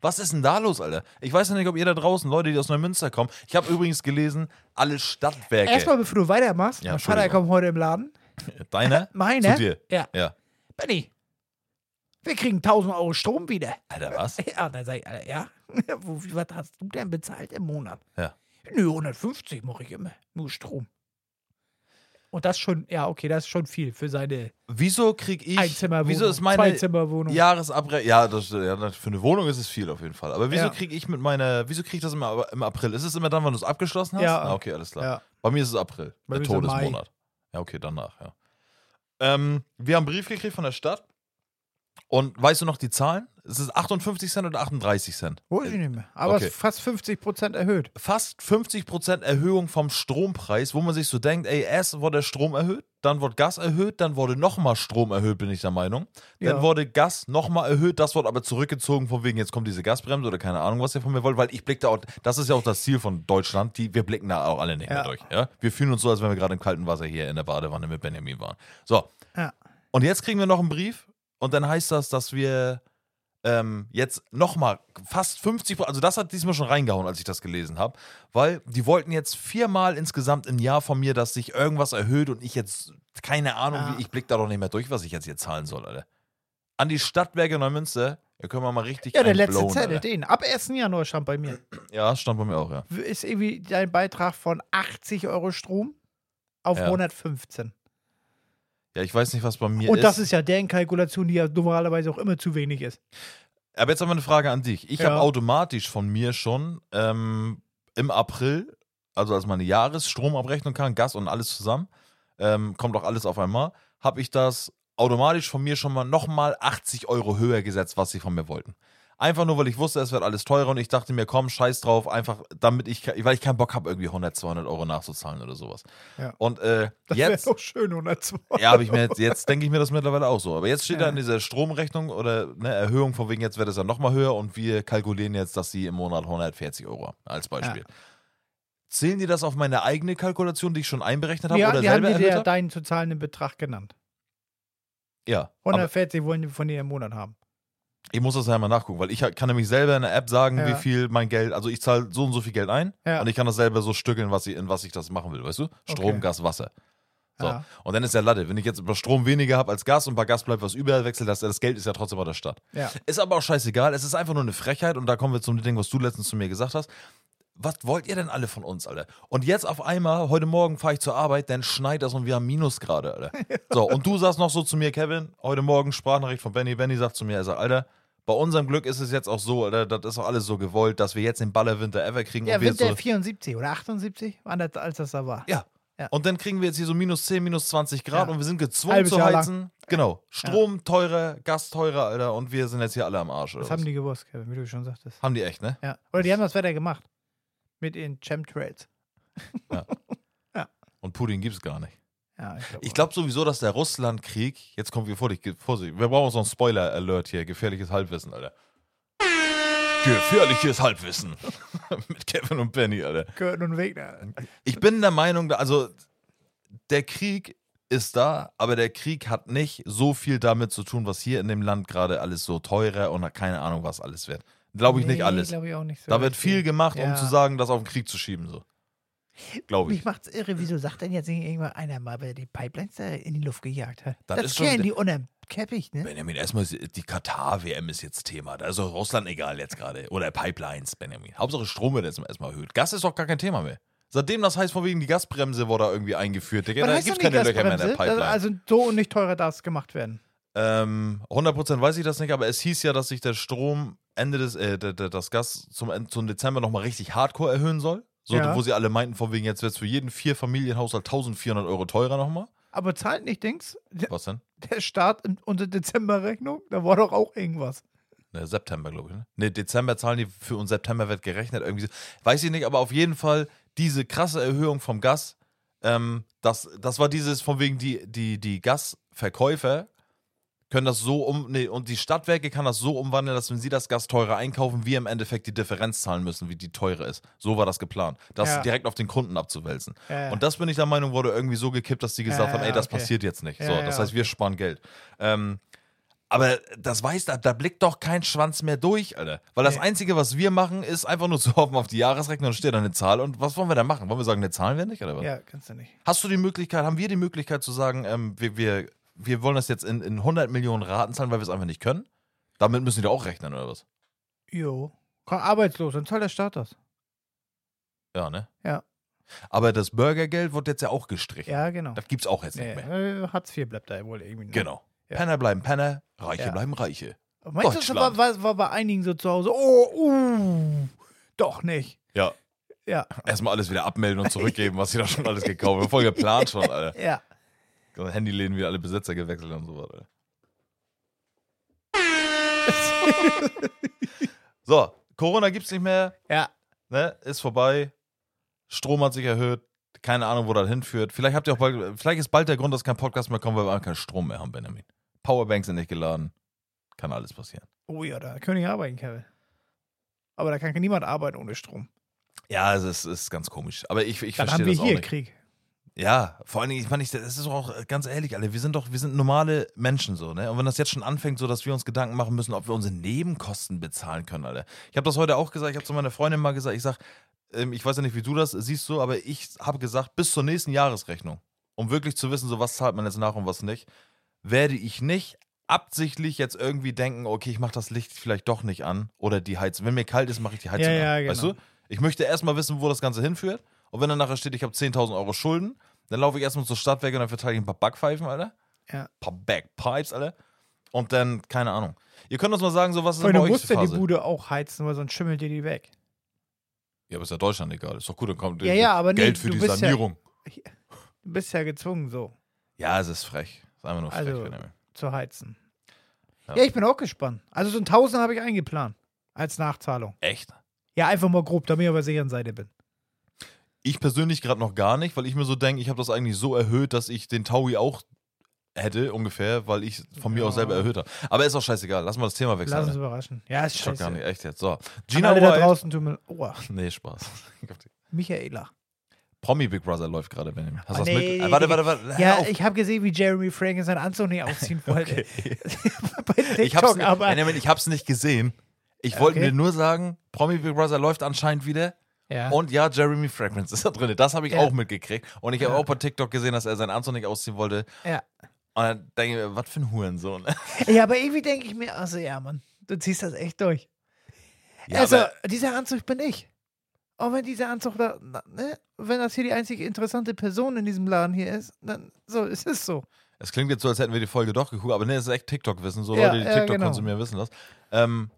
Speaker 3: Was ist denn da los, Alter? Ich weiß ja nicht, ob ihr da draußen, Leute, die aus Neumünster kommen. Ich habe übrigens gelesen, alle Stadtwerke.
Speaker 4: Erstmal, bevor du weitermachst,
Speaker 3: Ja,
Speaker 4: mein Vater
Speaker 3: Entschuldigung.
Speaker 4: kommt heute im Laden.
Speaker 3: Deiner?
Speaker 4: Meine?
Speaker 3: Zu dir.
Speaker 4: Ja.
Speaker 3: Ja.
Speaker 4: Benni, wir kriegen 1000 Euro Strom wieder. (laughs)
Speaker 3: Alter, was?
Speaker 4: Ja, dann sag ich, Alter, ja, (laughs) Wo, wie, was hast du denn bezahlt im Monat?
Speaker 3: Ja.
Speaker 4: Nö, 150 mache ich immer. Nur Strom. Und das schon, ja, okay, das ist schon viel für seine
Speaker 3: Wieso krieg ich.
Speaker 4: Einzimmerwohnung.
Speaker 3: Wieso ist meine
Speaker 4: Zweizimmerwohnung.
Speaker 3: Jahresabrechnung. Ja, das, ja, das- für eine Wohnung ist es viel auf jeden Fall. Aber wieso
Speaker 4: Ja.
Speaker 3: krieg ich mit meiner. Wieso krieg ich das immer ab- im April? Ist es immer dann, wenn du es abgeschlossen hast?
Speaker 4: Ja.
Speaker 3: Ah, okay, alles klar.
Speaker 4: Ja.
Speaker 3: Bei mir ist es April.
Speaker 4: Bei
Speaker 3: der
Speaker 4: mir ist es
Speaker 3: Todesmonat. Ja, okay, danach, ja. Ähm, wir haben einen Brief gekriegt von der Stadt. Und weißt du noch die Zahlen? Es ist 58 Cent oder 38 Cent.
Speaker 4: Hol ich nicht mehr. Aber es
Speaker 3: Okay.
Speaker 4: ist fast 50 Prozent erhöht.
Speaker 3: fast 50% Erhöhung vom Strompreis, wo man sich so denkt, ey, erst wurde der Strom erhöht, dann wurde Gas erhöht, dann wurde nochmal Strom erhöht, bin ich der Meinung. Dann
Speaker 4: Ja.
Speaker 3: wurde Gas nochmal erhöht, das wurde aber zurückgezogen, von wegen, jetzt kommt diese Gasbremse oder keine Ahnung, was ihr von mir wollt, weil ich blicke da auch, das ist ja auch das Ziel von Deutschland, die, wir blicken da auch alle nicht mehr
Speaker 4: Ja.
Speaker 3: durch. Ja? Wir fühlen uns so, als wenn wir gerade im kalten Wasser hier in der Badewanne mit Benjamin waren. So,
Speaker 4: Ja.
Speaker 3: und jetzt kriegen wir noch einen Brief und dann heißt das, dass wir ähm, jetzt nochmal fast 50 Pro- also das hat diesmal schon reingehauen, als ich das gelesen habe, weil die wollten jetzt viermal insgesamt im Jahr von mir, dass sich irgendwas erhöht und ich jetzt, keine Ahnung,
Speaker 4: Ah.
Speaker 3: wie, ich blick da doch nicht mehr durch, was ich jetzt hier zahlen soll, Alter. An die Stadtwerke Neumünster, da können wir mal richtig
Speaker 4: Ja, der
Speaker 3: einen
Speaker 4: letzte
Speaker 3: blowen,
Speaker 4: Zettel,
Speaker 3: Alter.
Speaker 4: den. Ab 1. Januar stand bei mir.
Speaker 3: Ja, stand bei mir auch, ja.
Speaker 4: Ist irgendwie dein Beitrag von 80 Euro Strom auf
Speaker 3: Ja.
Speaker 4: 115.
Speaker 3: Ja, ich weiß nicht, was bei mir
Speaker 4: Und
Speaker 3: ist.
Speaker 4: das ist ja deren Kalkulation, die ja normalerweise auch immer zu wenig ist.
Speaker 3: Aber jetzt haben wir eine Frage an dich. Ich
Speaker 4: Ja.
Speaker 3: habe automatisch von mir schon ähm, im April, also als meine Jahresstromabrechnung kam, Gas und alles zusammen, ähm, kommt auch alles auf einmal, habe ich das automatisch von mir schon mal nochmal 80 Euro höher gesetzt, was sie von mir wollten. Einfach nur, weil ich wusste, es wird alles teurer und ich dachte mir, komm, scheiß drauf, einfach damit ich, ke- weil ich keinen Bock habe, irgendwie 100, 200 Euro nachzuzahlen oder sowas.
Speaker 4: Ja.
Speaker 3: Und äh,
Speaker 4: Das wäre
Speaker 3: jetzt,
Speaker 4: doch schön, 102.
Speaker 3: (laughs) ja, habe ich mir jetzt, jetzt denke ich mir das mittlerweile auch so. Aber jetzt steht da in dieser Stromrechnung oder ne, Erhöhung von wegen, jetzt wird es ja nochmal höher und wir kalkulieren jetzt, dass sie im Monat 140 Euro haben, als Beispiel. Zählen die das auf meine eigene Kalkulation, die ich schon einberechnet habe
Speaker 4: Die,
Speaker 3: oder
Speaker 4: die haben
Speaker 3: selber
Speaker 4: dir
Speaker 3: erhöht
Speaker 4: der,
Speaker 3: habe?
Speaker 4: deinen zu zahlenden Betrag genannt.
Speaker 3: Ja, aber
Speaker 4: 140 wollen die von dir im Monat haben.
Speaker 3: ich muss das ja mal nachgucken, weil ich kann nämlich selber in der App sagen,
Speaker 4: Ja.
Speaker 3: wie viel mein Geld, also ich zahle so und so viel Geld ein
Speaker 4: Ja.
Speaker 3: und ich kann das selber so stückeln, was ich, in was ich das machen will, weißt du? Strom,
Speaker 4: Okay.
Speaker 3: Gas, Wasser. So.
Speaker 4: Ja.
Speaker 3: Und dann ist ja Latte. Wenn ich jetzt über Strom weniger habe als Gas und bei Gas bleibt was über, wechselt das, das Geld ist ja trotzdem bei der Stadt.
Speaker 4: Ja.
Speaker 3: Ist aber auch scheißegal. Es ist einfach nur eine Frechheit und da kommen wir zum Ding, was du letztens zu mir gesagt hast. Was wollt ihr denn alle von uns, Alter? Und jetzt auf einmal, heute Morgen fahre ich zur Arbeit, dann schneit das und wir haben Minusgrade,
Speaker 4: (laughs)
Speaker 3: Alter. So, und du sagst noch so zu mir, Kevin, heute Morgen Sprachnachricht von Benny. Benny sagt zu mir, er sagt, Alter, bei unserem Glück ist es jetzt auch so, Alter, das ist auch alles so gewollt, dass wir jetzt den Ballerwinter ever kriegen.
Speaker 4: (laughs) Ja,
Speaker 3: und wir jetzt
Speaker 4: wird der
Speaker 3: so,
Speaker 4: 74 oder 78, anders als das da war.
Speaker 3: ja.
Speaker 4: Ja.
Speaker 3: Und dann kriegen wir jetzt hier so minus 10, minus 20 Grad
Speaker 4: Ja.
Speaker 3: und wir sind gezwungen
Speaker 4: Halbes
Speaker 3: zu
Speaker 4: Jahr lang.
Speaker 3: heizen. Genau. Strom teurer, Gas teurer, Alter, und wir sind jetzt hier alle am Arsch. Oder
Speaker 4: Das
Speaker 3: was?
Speaker 4: haben die gewusst, Kevin, wie du schon sagtest.
Speaker 3: haben die echt, ne?
Speaker 4: Ja. Oder die haben das Wetter gemacht. Mit ihren Chemtrails.
Speaker 3: Und Putin gibt's gar nicht.
Speaker 4: Ja, ich glaube.
Speaker 3: Ich glaube sowieso, dass der Russlandkrieg, jetzt kommt wir vor dich, Vorsicht, wir brauchen so einen Spoiler-Alert hier, gefährliches Halbwissen, Alter. Gefährliches Halbwissen. (laughs) Mit Kevin und Benny, Alter.
Speaker 4: Kürten und Wegner.
Speaker 3: Ich bin der Meinung, da- also der Krieg ist da, aber der Krieg hat nicht so viel damit zu tun, was hier in dem Land gerade alles so teurer und keine Ahnung, was alles wird. Glaube ich nicht alles.
Speaker 4: Glaube ich auch nicht so.
Speaker 3: da wird
Speaker 4: richtig.
Speaker 3: viel gemacht, um
Speaker 4: Ja.
Speaker 3: zu sagen, das auf den Krieg zu schieben, so. Glaube ich.
Speaker 4: Mich macht's irre, wieso sagt denn jetzt nicht irgendwann einer mal, wer die Pipelines da in die Luft gejagt hat?
Speaker 3: Das
Speaker 4: Das,
Speaker 3: ist schon
Speaker 4: stellen
Speaker 3: wieder-
Speaker 4: die unterm Teppich, ne?
Speaker 3: Benjamin, erstmal ist die Katar-WM ist jetzt Thema. Da ist doch Russland egal jetzt gerade. Oder Pipelines, Benjamin. Hauptsache Strom wird jetzt erstmal erhöht. Gas ist doch gar kein Thema mehr. Seitdem das heißt, von wegen die Gasbremse wurde da irgendwie eingeführt. Digga,
Speaker 4: Was
Speaker 3: da
Speaker 4: heißt
Speaker 3: gibt es
Speaker 4: denn die
Speaker 3: keine Löcher mehr in der
Speaker 4: Gasbremse?
Speaker 3: Pipeline.
Speaker 4: Also so und nicht teurer darf es gemacht werden.
Speaker 3: Ähm, 100% weiß ich das nicht, aber es hieß ja, dass sich der Strom Ende des, äh, d- d- das Gas zum, Ende- zum Dezember nochmal richtig hardcore erhöhen soll. So,
Speaker 4: Ja.
Speaker 3: wo sie alle meinten, von wegen jetzt wird es für jeden vier Familienhaushalt 1400 Euro teurer nochmal.
Speaker 4: Aber zahlt nicht, Dings, (laughs) der,
Speaker 3: Was denn?
Speaker 4: der Staat in unsere Dezemberrechnung, da war doch auch irgendwas.
Speaker 3: Ne, September, glaube ich. Ne, ne Dezember zahlen die für und September wird gerechnet. Irgendwie so. Weiß ich nicht, aber auf jeden Fall diese krasse Erhöhung vom Gas, ähm, das, das war dieses, von wegen die, die, die Gasverkäufer können das so um, nee, und die Stadtwerke kann das so umwandeln, dass wenn sie das Gas teurer einkaufen, wir im Endeffekt die Differenz zahlen müssen, wie die teure ist. So war das geplant. Das
Speaker 4: Ja.
Speaker 3: direkt auf den Kunden abzuwälzen.
Speaker 4: Ja, ja.
Speaker 3: Und das bin ich der Meinung, wurde irgendwie so gekippt, dass die gesagt
Speaker 4: Ja,
Speaker 3: haben,
Speaker 4: ja,
Speaker 3: ey, das
Speaker 4: okay.
Speaker 3: passiert jetzt nicht.
Speaker 4: Ja,
Speaker 3: so,
Speaker 4: ja,
Speaker 3: das heißt, wir sparen Geld. Ähm, aber das weiß, da, da blickt doch kein Schwanz mehr durch, Alter. Weil das
Speaker 4: Nee.
Speaker 3: Einzige, was wir machen, ist einfach nur (laughs) zu hoffen auf die Jahresrechnung und steht da eine Zahl. Und was wollen wir da machen? Wollen wir sagen, eine Zahlen wir nicht, oder was?
Speaker 4: Ja, kannst du nicht.
Speaker 3: Hast du die Möglichkeit, haben wir die Möglichkeit zu sagen, ähm, wir, wir, wir wollen das jetzt in, in 100 Millionen Raten zahlen, weil wir es einfach nicht können? Damit müssen die doch auch rechnen, oder was?
Speaker 4: Jo. Komm, arbeitslos, dann zahlt der Staat das.
Speaker 3: Ja, ne?
Speaker 4: Ja.
Speaker 3: Aber das Burgergeld wird jetzt ja auch gestrichen.
Speaker 4: Ja, genau.
Speaker 3: Das gibt's auch jetzt
Speaker 4: Nee,
Speaker 3: nicht mehr.
Speaker 4: äh, Hartz IV bleibt da wohl irgendwie. ne?
Speaker 3: Genau.
Speaker 4: Ja.
Speaker 3: Penner bleiben Penner, Reiche
Speaker 4: Ja.
Speaker 3: bleiben Reiche.
Speaker 4: Meinst du, das war,
Speaker 3: Deutschland.
Speaker 4: war, war bei einigen so zu Hause? Oh, uh, doch nicht.
Speaker 3: Ja. (laughs)
Speaker 4: Ja,
Speaker 3: Erstmal alles wieder abmelden und zurückgeben, was sie da schon alles gekauft haben. Voll geplant schon, Alter.
Speaker 4: ja.
Speaker 3: Handyläden wieder alle Besitzer gewechselt und so (laughs) weiter. So, Corona gibt's nicht mehr,
Speaker 4: ja.
Speaker 3: ne? Ist vorbei. Strom hat sich erhöht. Keine Ahnung, wo das hinführt. Vielleicht habt ihr auch bald, vielleicht ist bald der Grund, dass kein Podcast mehr kommt, weil wir einfach keinen Strom mehr haben, Benjamin. Powerbanks sind nicht geladen. Kann alles passieren.
Speaker 4: Oh ja, da können ich arbeiten, Kevin. Aber da kann niemand arbeiten ohne Strom.
Speaker 3: Ja, es ist, ist ganz komisch. Aber ich, ich
Speaker 4: Dann
Speaker 3: verstehe
Speaker 4: haben wir
Speaker 3: das auch
Speaker 4: hier
Speaker 3: nicht.
Speaker 4: Krieg.
Speaker 3: Ja, vor allen Dingen, ich meine, ich, das ist doch auch äh, ganz ehrlich, alle, wir sind doch, wir sind normale Menschen so, ne? Und wenn das jetzt schon anfängt, so dass wir uns Gedanken machen müssen, ob wir unsere Nebenkosten bezahlen können, alle. Ich habe das heute auch gesagt, ich habe zu meiner Freundin mal gesagt, ich sag, ähm, ich weiß ja nicht, wie du das siehst so, aber ich habe gesagt, bis zur nächsten Jahresrechnung, um wirklich zu wissen, so was zahlt man jetzt nach und was nicht, werde ich nicht absichtlich jetzt irgendwie denken, okay, ich mache das Licht vielleicht doch nicht an oder die Heizung. Wenn mir kalt ist, mache ich die Heizung
Speaker 4: Ja, ja,
Speaker 3: an.
Speaker 4: genau.
Speaker 3: Weißt du? Ich möchte erstmal wissen, wo das Ganze hinführt. Und wenn dann nachher steht, ich habe 10.000 Euro Schulden, dann laufe ich erstmal zur Stadtwerke und dann verteile ich ein paar Backpfeifen, Alter.
Speaker 4: Ja.
Speaker 3: Ein paar Backpipes, Alter. Und dann, keine Ahnung. Ihr könnt uns mal sagen, so was ist
Speaker 4: Weil
Speaker 3: denn bei euch
Speaker 4: du musst
Speaker 3: die
Speaker 4: ja die
Speaker 3: Phase?
Speaker 4: Bude auch heizen, weil sonst schimmelt dir die weg.
Speaker 3: ja, aber ist ja Deutschland egal. Ist doch gut, dann kommt
Speaker 4: Ja, ja, aber nee,
Speaker 3: Geld für
Speaker 4: du
Speaker 3: die
Speaker 4: bist ja-
Speaker 3: Sanierung.
Speaker 4: Du bist ja gezwungen, so
Speaker 3: Ja, es ist frech. Ist einfach nur frech.
Speaker 4: Also-
Speaker 3: Benjamin.
Speaker 4: zu heizen.
Speaker 3: Ja.
Speaker 4: Ja, ich bin auch gespannt. Also so ein Tausender habe ich eingeplant. als Nachzahlung.
Speaker 3: Echt?
Speaker 4: Ja, einfach mal grob, damit ich auf der sicheren Seite bin.
Speaker 3: Ich persönlich gerade noch gar nicht, weil ich mir so denke, ich habe das eigentlich so erhöht, dass ich den Taui auch hätte, ungefähr, weil ich von mir aus selber erhöht habe. Aber ist auch scheißegal. Lass mal das Thema wechseln.
Speaker 4: Lass uns
Speaker 3: Alter.
Speaker 4: überraschen. Ja, ist
Speaker 3: Ich Schock
Speaker 4: scheiße.
Speaker 3: gar nicht, echt jetzt. So.
Speaker 4: Gina
Speaker 3: Gina
Speaker 4: alle da
Speaker 3: White.
Speaker 4: draußen tun mir. Oh,
Speaker 3: Nee, Spaß. (laughs)
Speaker 4: Michaela.
Speaker 3: Promi Big Brother läuft gerade, Benjamin. Hast du
Speaker 4: Ah,
Speaker 3: das
Speaker 4: nee,
Speaker 3: mit? Warte,
Speaker 4: Digga.
Speaker 3: warte, warte.
Speaker 4: Ja,
Speaker 3: Hör auf.
Speaker 4: ich habe gesehen, wie Jeremy Franken seinen Anzug nicht
Speaker 3: (laughs)
Speaker 4: ausziehen wollte. (laughs) Bei TikTok,
Speaker 3: Ich hab's,
Speaker 4: aber.
Speaker 3: Benjamin, ich hab's nicht gesehen. Ich wollte
Speaker 4: Okay.
Speaker 3: mir nur sagen, Promi Big Brother läuft anscheinend wieder.
Speaker 4: ja.
Speaker 3: Und ja, Jeremy Fragrance ist da drin. Das habe ich
Speaker 4: Ja.
Speaker 3: auch mitgekriegt. Und ich habe auch bei TikTok gesehen, dass er seinen Anzug nicht ausziehen wollte.
Speaker 4: ja.
Speaker 3: Und dann denke ich mir, was für ein Hurensohn. (laughs)
Speaker 4: ja, aber irgendwie denke ich mir, also ja, Mann, du ziehst das echt durch.
Speaker 3: Ja,
Speaker 4: also,
Speaker 3: aber-
Speaker 4: dieser Anzug bin ich. Auch wenn dieser Anzug da, na, ne, wenn das hier die einzige interessante Person in diesem Laden hier ist, dann so, es
Speaker 3: (laughs)
Speaker 4: ist so.
Speaker 3: Es klingt jetzt so, als hätten wir die Folge doch geguckt, aber nee, es ist echt TikTok-Wissen. So
Speaker 4: Ja,
Speaker 3: Leute, die
Speaker 4: ja,
Speaker 3: TikTok
Speaker 4: genau.
Speaker 3: konsumieren, wissen das. Ähm,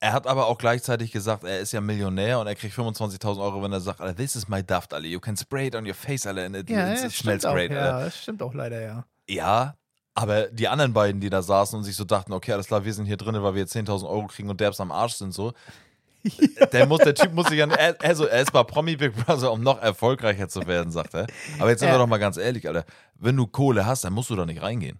Speaker 3: er hat aber auch gleichzeitig gesagt, er ist ja Millionär und er kriegt 25.000 Euro, wenn er sagt, Alter, this is my Duft, Alter. You can spray it on your face, Alter, and it,
Speaker 4: Ja,
Speaker 3: it's,
Speaker 4: das
Speaker 3: it's schnell
Speaker 4: stimmt auch.
Speaker 3: sprayed, Alter.
Speaker 4: Ja, das stimmt auch leider, ja.
Speaker 3: Ja, aber die anderen beiden, die da saßen und sich so dachten, okay, alles klar, wir sind hier drin, weil wir jetzt 10.000 Euro kriegen und derbs am Arsch sind,
Speaker 4: (laughs)
Speaker 3: so. Der, muss, der Typ muss sich ja. er- Also, er ist bei Promi Big Brother, um noch erfolgreicher zu werden, sagt er. Aber jetzt sind
Speaker 4: Ja.
Speaker 3: wir doch mal ganz ehrlich, Alter. Wenn du Kohle hast, dann musst du da nicht reingehen.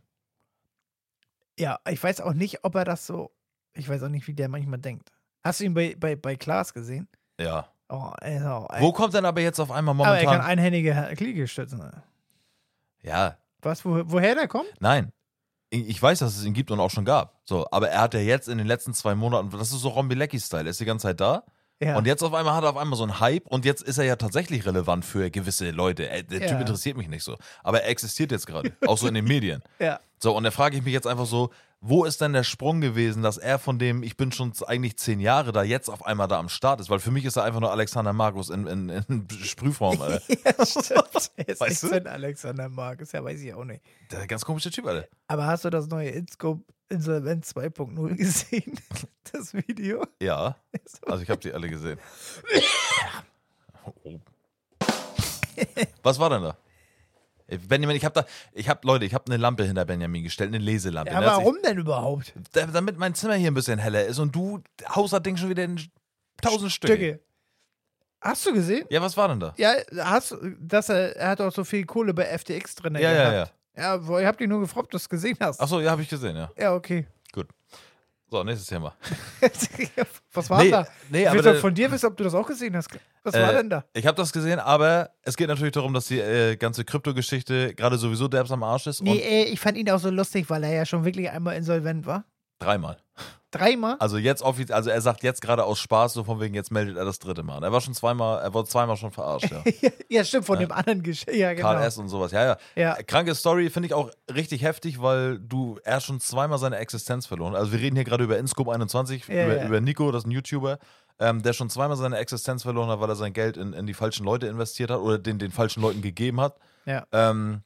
Speaker 4: Ja, ich weiß auch nicht, ob er das so, ich weiß auch nicht, wie der manchmal denkt. Hast du ihn bei, bei, bei Klaas gesehen?
Speaker 3: Ja.
Speaker 4: Oh, er ist auch ein-
Speaker 3: Wo kommt denn aber jetzt auf einmal
Speaker 4: aber er kann
Speaker 3: momentan.
Speaker 4: einhändige Kliege stützen.
Speaker 3: Ja,
Speaker 4: Was, wo, woher der kommt?
Speaker 3: nein. Ich ich weiß, dass es ihn gibt und auch schon gab. So, aber er hat ja jetzt in den letzten zwei Monaten, das ist so Ron Bilecki-Style, er ist die ganze Zeit da.
Speaker 4: Ja.
Speaker 3: Und jetzt auf einmal hat er auf einmal so einen Hype und jetzt ist er ja tatsächlich relevant für gewisse Leute. Äh, Der
Speaker 4: Ja.
Speaker 3: Typ interessiert mich nicht so. Aber er existiert jetzt gerade, auch so in den Medien.
Speaker 4: ja. (laughs)
Speaker 3: So, und da frage ich mich jetzt einfach so, wo ist denn der Sprung gewesen, dass er von dem, ich bin schon z- eigentlich zehn Jahre da, jetzt auf einmal da am Start ist? Weil für mich ist er einfach nur Alexander Markus in, in, in
Speaker 4: (laughs)
Speaker 3: Sprühform, Alter. (laughs)
Speaker 4: ja, stimmt. Er ist
Speaker 3: Weißt
Speaker 4: echt
Speaker 3: du?
Speaker 4: so ein Alexander Marx, ja, weiß ich auch nicht.
Speaker 3: Der ganz komische Typ, Alter.
Speaker 4: Aber hast du das neue Inscope Insolvent 2.0 (laughs) gesehen? Das Video? (laughs)
Speaker 3: Ja, also ich habe die alle gesehen. Oh. Was war denn da? Äh, Benjamin, ich habe da, ich habe Leute, ich habe eine Lampe hinter Benjamin gestellt, eine Leselampe.
Speaker 4: Ja,
Speaker 3: ne? Dass ich-
Speaker 4: warum denn überhaupt?
Speaker 3: Da- damit mein Zimmer hier ein bisschen heller ist und du haust das Ding schon wieder in tausend Stücke.
Speaker 4: Hast du gesehen?
Speaker 3: Ja, was war denn da?
Speaker 4: Ja, hast du- dass er, er hat auch so viel Kohle bei FTX drin
Speaker 3: Ja, ja,
Speaker 4: gehabt. Ja, ja. ich hab dich nur gefragt, ob du es gesehen hast.
Speaker 3: Achso, ja, habe ich gesehen, ja.
Speaker 4: Ja, okay. (laughs)
Speaker 3: So, nächstes Thema.
Speaker 4: Was war
Speaker 3: Nee,
Speaker 4: da?
Speaker 3: nee,
Speaker 4: ich
Speaker 3: aber
Speaker 4: will doch
Speaker 3: da-
Speaker 4: von dir wissen, ob du das auch gesehen hast. Was war
Speaker 3: Äh,
Speaker 4: denn da?
Speaker 3: Ich habe das gesehen, aber es geht natürlich darum, dass die äh, ganze Kryptogeschichte gerade sowieso derbs am Arsch ist.
Speaker 4: Nee,
Speaker 3: Und
Speaker 4: äh, ich fand ihn auch so lustig, weil er ja schon wirklich einmal insolvent war.
Speaker 3: dreimal.
Speaker 4: Dreimal?
Speaker 3: Also jetzt offiziell, also er sagt jetzt gerade aus Spaß, so von wegen, jetzt meldet er das dritte Mal. Und Er war schon zweimal, er wurde zweimal schon verarscht, ja.
Speaker 4: ja, stimmt, von dem anderen Geschehen. Ja, (laughs) genau.
Speaker 3: Karl S. und sowas, ja, ja.
Speaker 4: Ja.
Speaker 3: Kranke Story finde ich auch richtig heftig, weil du, er hat schon zweimal seine Existenz verloren. Also wir reden hier gerade über Inscope 21,
Speaker 4: Ja,
Speaker 3: über,
Speaker 4: ja.
Speaker 3: über Nico, das ist ein YouTuber, ähm, der schon zweimal seine Existenz verloren hat, weil er sein Geld in, in die falschen Leute investiert hat oder den, den falschen Leuten gegeben hat.
Speaker 4: Ja.
Speaker 3: Ähm,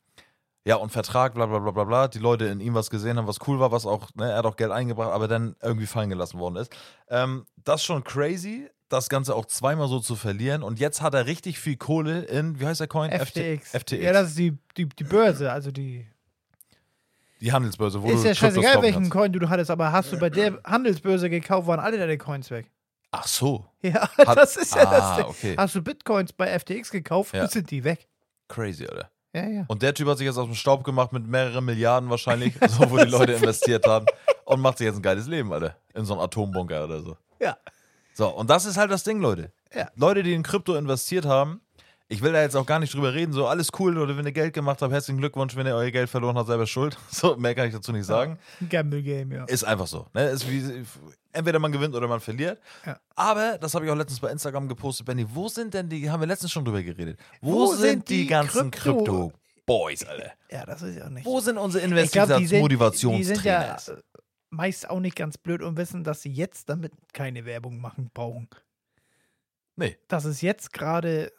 Speaker 3: ja, und Vertrag, bla bla bla bla bla. Die Leute in ihm was gesehen haben, was cool war, was auch, ne, er hat auch Geld eingebracht, aber dann irgendwie fallen gelassen worden ist. Ähm, das ist schon crazy, das Ganze auch zweimal so zu verlieren. Und jetzt hat er richtig viel Kohle in, wie heißt der Coin?
Speaker 4: FTX.
Speaker 3: FT FTX.
Speaker 4: Ja, das ist die, die, die Börse, also die.
Speaker 3: die Handelsbörse, wo
Speaker 4: ist
Speaker 3: du
Speaker 4: ja
Speaker 3: Kryptos
Speaker 4: scheißegal,
Speaker 3: kaufen
Speaker 4: welchen
Speaker 3: kannst.
Speaker 4: Coin du, du hattest, aber hast du bei (laughs) der Handelsbörse gekauft, waren alle deine Coins weg. (laughs)
Speaker 3: Ach so,
Speaker 4: Ja,
Speaker 3: Hat-
Speaker 4: das ist ja
Speaker 3: Ah,
Speaker 4: das. Ding.
Speaker 3: okay.
Speaker 4: Hast du Bitcoins bei FTX gekauft,
Speaker 3: Ja.
Speaker 4: sind die weg.
Speaker 3: crazy, Alter.
Speaker 4: Ja, ja.
Speaker 3: Und der Typ hat sich jetzt aus dem Staub gemacht mit mehreren Milliarden wahrscheinlich, (laughs) so wo die Leute investiert haben. Und macht sich jetzt ein geiles Leben, Alter. In so einem Atombunker oder so.
Speaker 4: Ja.
Speaker 3: So, und das ist halt das Ding, Leute.
Speaker 4: Ja.
Speaker 3: Leute, die in Krypto investiert haben, ich will da jetzt auch gar nicht drüber reden, so alles cool, Leute, wenn ihr Geld gemacht habt, herzlichen Glückwunsch, wenn ihr euer Geld verloren habt, selber schuld. (laughs) So, mehr kann ich dazu nicht sagen.
Speaker 4: Ein Gamble Game, ja.
Speaker 3: Ist einfach so. Ne? Ist wie, entweder man gewinnt oder man verliert.
Speaker 4: Ja.
Speaker 3: Aber, das habe ich auch letztens bei Instagram gepostet, Benny, wo sind denn die, haben wir letztens schon drüber geredet, wo,
Speaker 4: Wo
Speaker 3: sind,
Speaker 4: sind
Speaker 3: die
Speaker 4: die
Speaker 3: ganzen
Speaker 4: Krypto-
Speaker 3: Krypto-Boys, Alter?
Speaker 4: Ja, das ist ja auch nicht.
Speaker 3: Wo sind unsere
Speaker 4: Ich glaub, die sind- Die sind ja
Speaker 3: Investitionsmotivationstrainers?
Speaker 4: äh, meist auch nicht ganz blöd und wissen, dass sie jetzt damit keine Werbung machen brauchen.
Speaker 3: Nee.
Speaker 4: Dass es jetzt gerade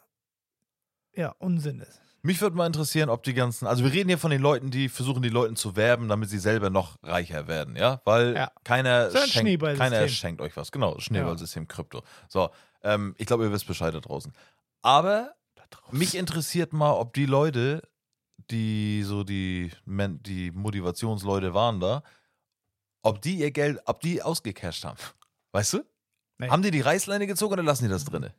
Speaker 4: ja Unsinn ist.
Speaker 3: Mich würde mal interessieren, ob die ganzen, also wir reden hier von den Leuten, die versuchen, die Leuten zu werben, damit sie selber noch reicher werden, ja? Weil
Speaker 4: Ja.
Speaker 3: keiner,
Speaker 4: So ein
Speaker 3: schenkt,
Speaker 4: Schneeballsystem.
Speaker 3: keiner schenkt euch was. Genau, Schneeballsystem Krypto. So, ähm, ich glaube, ihr wisst Bescheid da draußen. Aber mich interessiert mal, ob die Leute, die so die, Men- die Motivationsleute waren da, ob die ihr Geld, ob die ausgecasht haben. Weißt du?
Speaker 4: Nee.
Speaker 3: Haben die die Reißleine gezogen oder lassen die das drinne?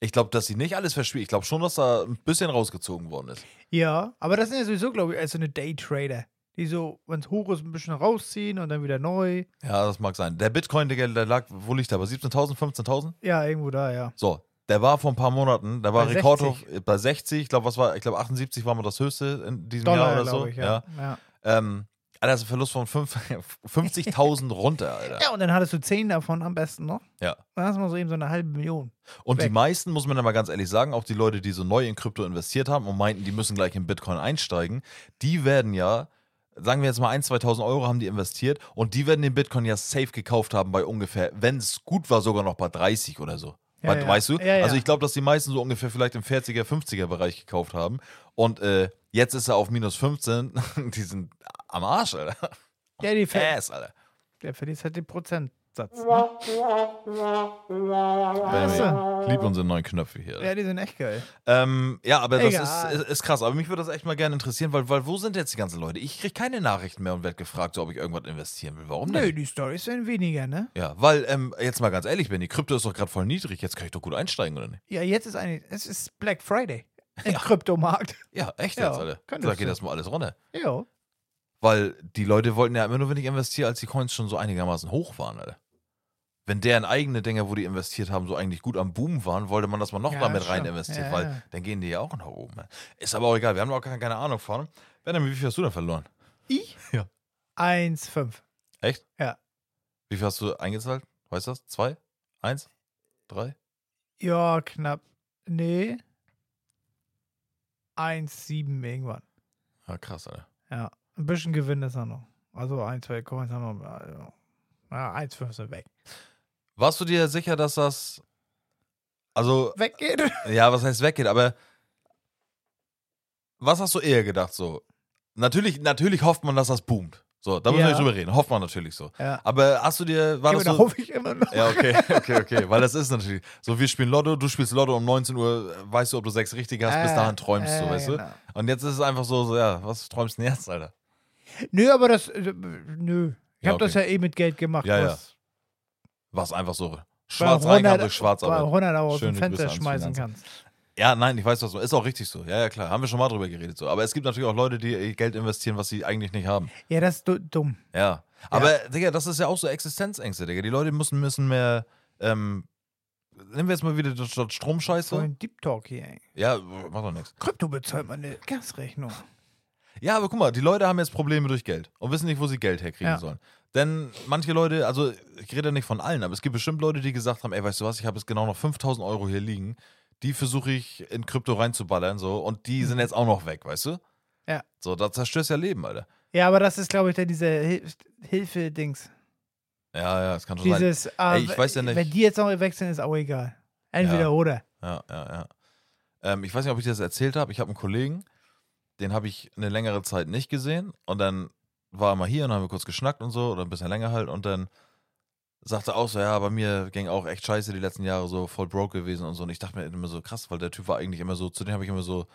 Speaker 3: Ich glaube, dass sie nicht alles verspielt. Ich glaube schon, dass da ein bisschen rausgezogen worden ist.
Speaker 4: Ja, aber das sind ja sowieso, glaube ich, eher so eine Daytrader. Die so, wenn es hoch ist, ein bisschen rausziehen und dann wieder neu.
Speaker 3: Ja, das mag sein. Der Bitcoin, der, der lag, wo liegt der? Bei 17.000, 15.000?
Speaker 4: Ja, irgendwo da, ja.
Speaker 3: So, der war vor ein paar Monaten, der war
Speaker 4: Bei
Speaker 3: Rekordhoch bei 60. Ich glaube, was war? Ich glaube, 78 war mal das höchste in diesem
Speaker 4: Dollar,
Speaker 3: Jahr oder
Speaker 4: glaube
Speaker 3: so.
Speaker 4: ich, ja. Ja.
Speaker 3: Ähm, Alter, das ist ein Verlust von fünf- (laughs) 50.000 runter, Alter.
Speaker 4: ja, und dann hattest du zehn davon am besten noch.
Speaker 3: Ja.
Speaker 4: Dann hast du mal so eben so eine halbe Million.
Speaker 3: Und die
Speaker 4: Weg.
Speaker 3: meisten, muss man ja mal ganz ehrlich sagen, auch die Leute, die so neu in Krypto investiert haben und meinten, die müssen gleich in Bitcoin einsteigen, die werden ja, sagen wir jetzt mal 1.000, 2.000 Euro haben die investiert und die werden den Bitcoin ja safe gekauft haben bei ungefähr, wenn es gut war, sogar noch bei 30 oder so.
Speaker 4: Ja,
Speaker 3: Weil-
Speaker 4: ja.
Speaker 3: Weißt du?
Speaker 4: Ja, ja.
Speaker 3: Also ich glaube, dass die meisten so ungefähr vielleicht im 40er, 50er Bereich gekauft haben und äh, jetzt ist er auf minus 15. (laughs) die sind am Arsch, Alter.
Speaker 4: Ja, die Fed,
Speaker 3: Ass, Alter.
Speaker 4: der verliert halt den Prozentsatz. Ne?
Speaker 3: Baby. Lieb unsere neuen Knöpfe hier. Alter.
Speaker 4: Ja, die sind echt geil.
Speaker 3: Ähm, ja, aber das
Speaker 4: Egal.
Speaker 3: ist, ist, ist krass. Aber mich würde das echt mal gerne interessieren, weil, weil wo sind jetzt die ganzen Leute? Ich kriege keine Nachrichten mehr und werde gefragt, so, ob ich irgendwas investieren will. Warum
Speaker 4: Nö,
Speaker 3: denn?
Speaker 4: die Storys werden weniger, ne?
Speaker 3: Ja, weil, ähm, jetzt mal ganz ehrlich, Benny, Krypto ist doch gerade voll niedrig. Jetzt kann ich doch gut einsteigen, oder nicht?
Speaker 4: Ja, jetzt ist eigentlich, es ist Black Friday im Kryptomarkt.
Speaker 3: Ja, echt
Speaker 4: Ja,
Speaker 3: jetzt, Alter.
Speaker 4: kann
Speaker 3: Da
Speaker 4: das
Speaker 3: geht
Speaker 4: so.
Speaker 3: das mal alles runter.
Speaker 4: Jo.
Speaker 3: Weil die Leute wollten ja immer nur wenig investieren, als die Coins schon so einigermaßen hoch waren, Alter. Wenn deren eigene Dinger, wo die investiert haben, so eigentlich gut am Boom waren, wollte man, dass man noch
Speaker 4: Ja,
Speaker 3: mal mit
Speaker 4: schon.
Speaker 3: rein investiert,
Speaker 4: Ja,
Speaker 3: weil
Speaker 4: ja.
Speaker 3: dann gehen die ja auch nach oben. Alter. Ist aber auch egal, wir haben auch keine, keine Ahnung von. Benjamin, wie viel hast du denn verloren?
Speaker 4: Ich?
Speaker 3: Ja.
Speaker 4: 1,5.
Speaker 3: Echt?
Speaker 4: Ja.
Speaker 3: Wie viel hast du eingezahlt? Weißt du das? Zwei? Eins? Drei?
Speaker 4: Ja, knapp. Nee. 1,7 irgendwann.
Speaker 3: Ja, Ah, krass, Alter.
Speaker 4: Ja. Ein bisschen Gewinn ist da noch. Also 1, 2 Coins haben wir. Also, ja, 1,5 sind weg.
Speaker 3: Warst du dir sicher, dass das. Also,
Speaker 4: Weggeht?
Speaker 3: ja, was heißt weggeht, aber. Was hast du eher gedacht so? Natürlich, natürlich hofft man, dass das boomt. So, da muss
Speaker 4: Ja.
Speaker 3: man nicht drüber reden. Hofft man natürlich so.
Speaker 4: (laughs) Ja.
Speaker 3: Aber hast du dir. War
Speaker 4: Aber
Speaker 3: das
Speaker 4: da
Speaker 3: so,
Speaker 4: hoffe ich immer noch.
Speaker 3: ja, okay, (laughs) okay, okay. Weil das ist natürlich. So, wir spielen Lotto, du spielst Lotto um 19 Uhr, äh, weißt du, ob du sechs richtig hast, bis
Speaker 4: Äh,
Speaker 3: dahin träumst du,
Speaker 4: äh,
Speaker 3: weißt
Speaker 4: genau.
Speaker 3: du? Und jetzt ist es einfach so, so, ja, was träumst du denn jetzt, Alter?
Speaker 4: Nö, aber das. äh, Nö. Ich
Speaker 3: Ja,
Speaker 4: habe das ja eh mit Geld gemacht.
Speaker 3: Ja, ja.
Speaker 4: was
Speaker 3: Was einfach so
Speaker 4: bei
Speaker 3: schwarz reingab
Speaker 4: 100
Speaker 3: durch
Speaker 4: bei
Speaker 3: Schwarzarbeit.
Speaker 4: 100 Euro aus dem
Speaker 3: Schöne
Speaker 4: Fenster
Speaker 3: Grüße ans
Speaker 4: schmeißen
Speaker 3: Finanzamt.
Speaker 4: kannst.
Speaker 3: Ja, nein, ich weiß was. Ist auch richtig so. Ja, ja, klar. Haben wir schon mal drüber geredet. So. Aber es gibt natürlich auch Leute, die ihr Geld investieren, was sie eigentlich nicht haben.
Speaker 4: Ja, das ist du dumm.
Speaker 3: Ja. Aber, Digga, das ist ja auch so Existenzängste, Digga. Die Leute müssen, müssen mehr. Ähm, nehmen wir jetzt mal wieder das das
Speaker 4: So
Speaker 3: Stromscheiße.
Speaker 4: ein Deep Talk hier, ey.
Speaker 3: Ja, macht doch nichts.
Speaker 4: Krypto bezahlt meine Gasrechnung.
Speaker 3: Ja, aber guck mal, die Leute haben jetzt Probleme durch Geld und wissen nicht, wo sie Geld herkriegen
Speaker 4: Ja.
Speaker 3: sollen. Denn manche Leute, also ich rede nicht von allen, aber es gibt bestimmt Leute, die gesagt haben, ey, weißt du was, ich habe jetzt genau noch 5000 Euro hier liegen, die versuche ich in Krypto reinzuballern so und die sind jetzt auch noch weg, weißt du?
Speaker 4: Mhm. Ja.
Speaker 3: So, da zerstörst du ja Leben, Alter.
Speaker 4: Ja, aber das ist, glaube ich, dann diese Hilf Hilfe-Dings.
Speaker 3: Ja, ja, das kann schon sein.
Speaker 4: Dieses, ah,
Speaker 3: Ey, ich weiß ja nicht.
Speaker 4: wenn die jetzt noch wechseln, ist auch egal. Entweder
Speaker 3: Ja.
Speaker 4: oder.
Speaker 3: Ja, ja, ja. Ähm, ich weiß nicht, ob ich dir das erzählt habe. Ich habe einen Kollegen, den habe ich eine längere Zeit nicht gesehen und dann war er mal hier und dann haben wir kurz geschnackt und so oder ein bisschen länger halt und dann sagte auch so, ja, bei mir ging auch echt scheiße die letzten Jahre so voll broke gewesen und so und ich dachte mir immer so krass, weil der Typ war eigentlich immer so, zu dem habe ich immer so,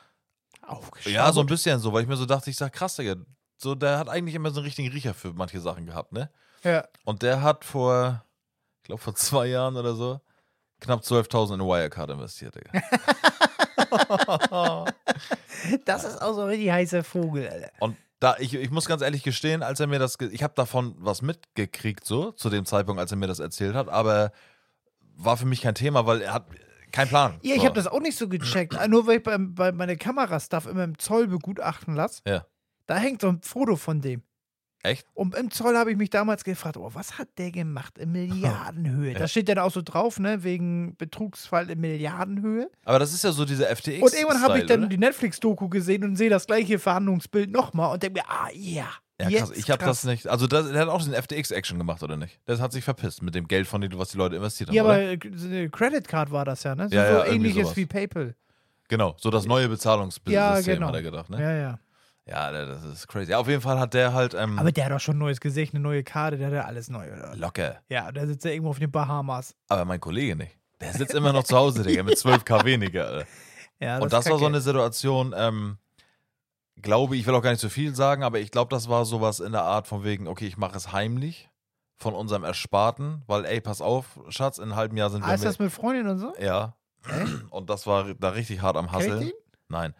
Speaker 4: Aufgeschaut.
Speaker 3: ja, so ein bisschen so, weil ich mir so dachte, ich sag krass, Digga, so der hat eigentlich immer so einen richtigen Riecher für manche Sachen gehabt, ne?
Speaker 4: Ja.
Speaker 3: Und der hat vor, ich glaube vor zwei Jahren oder so, knapp 12.000 in Wirecard investiert, Digga.
Speaker 4: Das ist auch so ein richtig heißer Vogel, Alter.
Speaker 3: Und da, ich, ich muss ganz ehrlich gestehen, als er mir das, ge- ich habe davon was mitgekriegt, so, zu dem Zeitpunkt, als er mir das erzählt hat, aber war für mich kein Thema, weil er hat keinen Plan.
Speaker 4: Ja, ich
Speaker 3: so.
Speaker 4: habe das auch nicht so gecheckt. Ah, Nur weil ich beim, bei meine Kamerastuff immer im Zoll begutachten lasse,
Speaker 3: Ja.
Speaker 4: da hängt so ein Foto von dem.
Speaker 3: Echt?
Speaker 4: Und im Zoll habe ich mich damals gefragt, oh, was hat der gemacht in Milliardenhöhe?
Speaker 3: (laughs) Ja.
Speaker 4: Da steht dann auch so drauf, ne, wegen Betrugsfall in Milliardenhöhe.
Speaker 3: Aber das ist ja so diese FTX.
Speaker 4: Und irgendwann habe ich
Speaker 3: Style,
Speaker 4: dann
Speaker 3: oder?
Speaker 4: die Netflix-Doku gesehen und sehe das gleiche Verhandlungsbild nochmal und denke mir, ah, ja.
Speaker 3: Ja, krass.
Speaker 4: jetzt
Speaker 3: Ich habe
Speaker 4: krass.
Speaker 3: das nicht. Also, das, der hat auch den FTX-Action gemacht, oder nicht? Das hat sich verpisst mit dem Geld, von dem, was die Leute investiert haben.
Speaker 4: Ja,
Speaker 3: oder?
Speaker 4: aber äh, so eine Credit Card war das ja, ne? So,
Speaker 3: Ja, ja,
Speaker 4: so
Speaker 3: irgendwie
Speaker 4: ähnliches
Speaker 3: sowas.
Speaker 4: wie PayPal.
Speaker 3: Genau, so das neue Bezahlungssystem
Speaker 4: Ja, genau.
Speaker 3: hat er gedacht, ne?
Speaker 4: Ja, ja.
Speaker 3: Ja. das ist crazy. Ja, auf jeden Fall hat der halt ähm,
Speaker 4: Aber der hat doch schon ein neues Gesicht, eine neue Karte, der hat ja alles neu, oder?
Speaker 3: locker.
Speaker 4: Ja, da sitzt er irgendwo auf den Bahamas.
Speaker 3: Aber mein Kollege nicht. Der sitzt immer noch zu Hause, Digga, mit 12k weniger, Alter.
Speaker 4: Ja,
Speaker 3: Und
Speaker 4: ist
Speaker 3: das war
Speaker 4: kacke.
Speaker 3: so eine Situation, ähm, glaube ich, will auch gar nicht zu viel sagen, aber ich glaube, das war sowas in der Art von wegen, okay, ich mache es heimlich, von unserem Ersparten, weil, ey, pass auf, Schatz, in einem halben Jahr sind wir
Speaker 4: Ah, ist das mit Freundin und so?
Speaker 3: Ja. (clears throat) Und das war da richtig hart am
Speaker 4: Kennt
Speaker 3: Hasseln.
Speaker 4: ihn?
Speaker 3: Nein.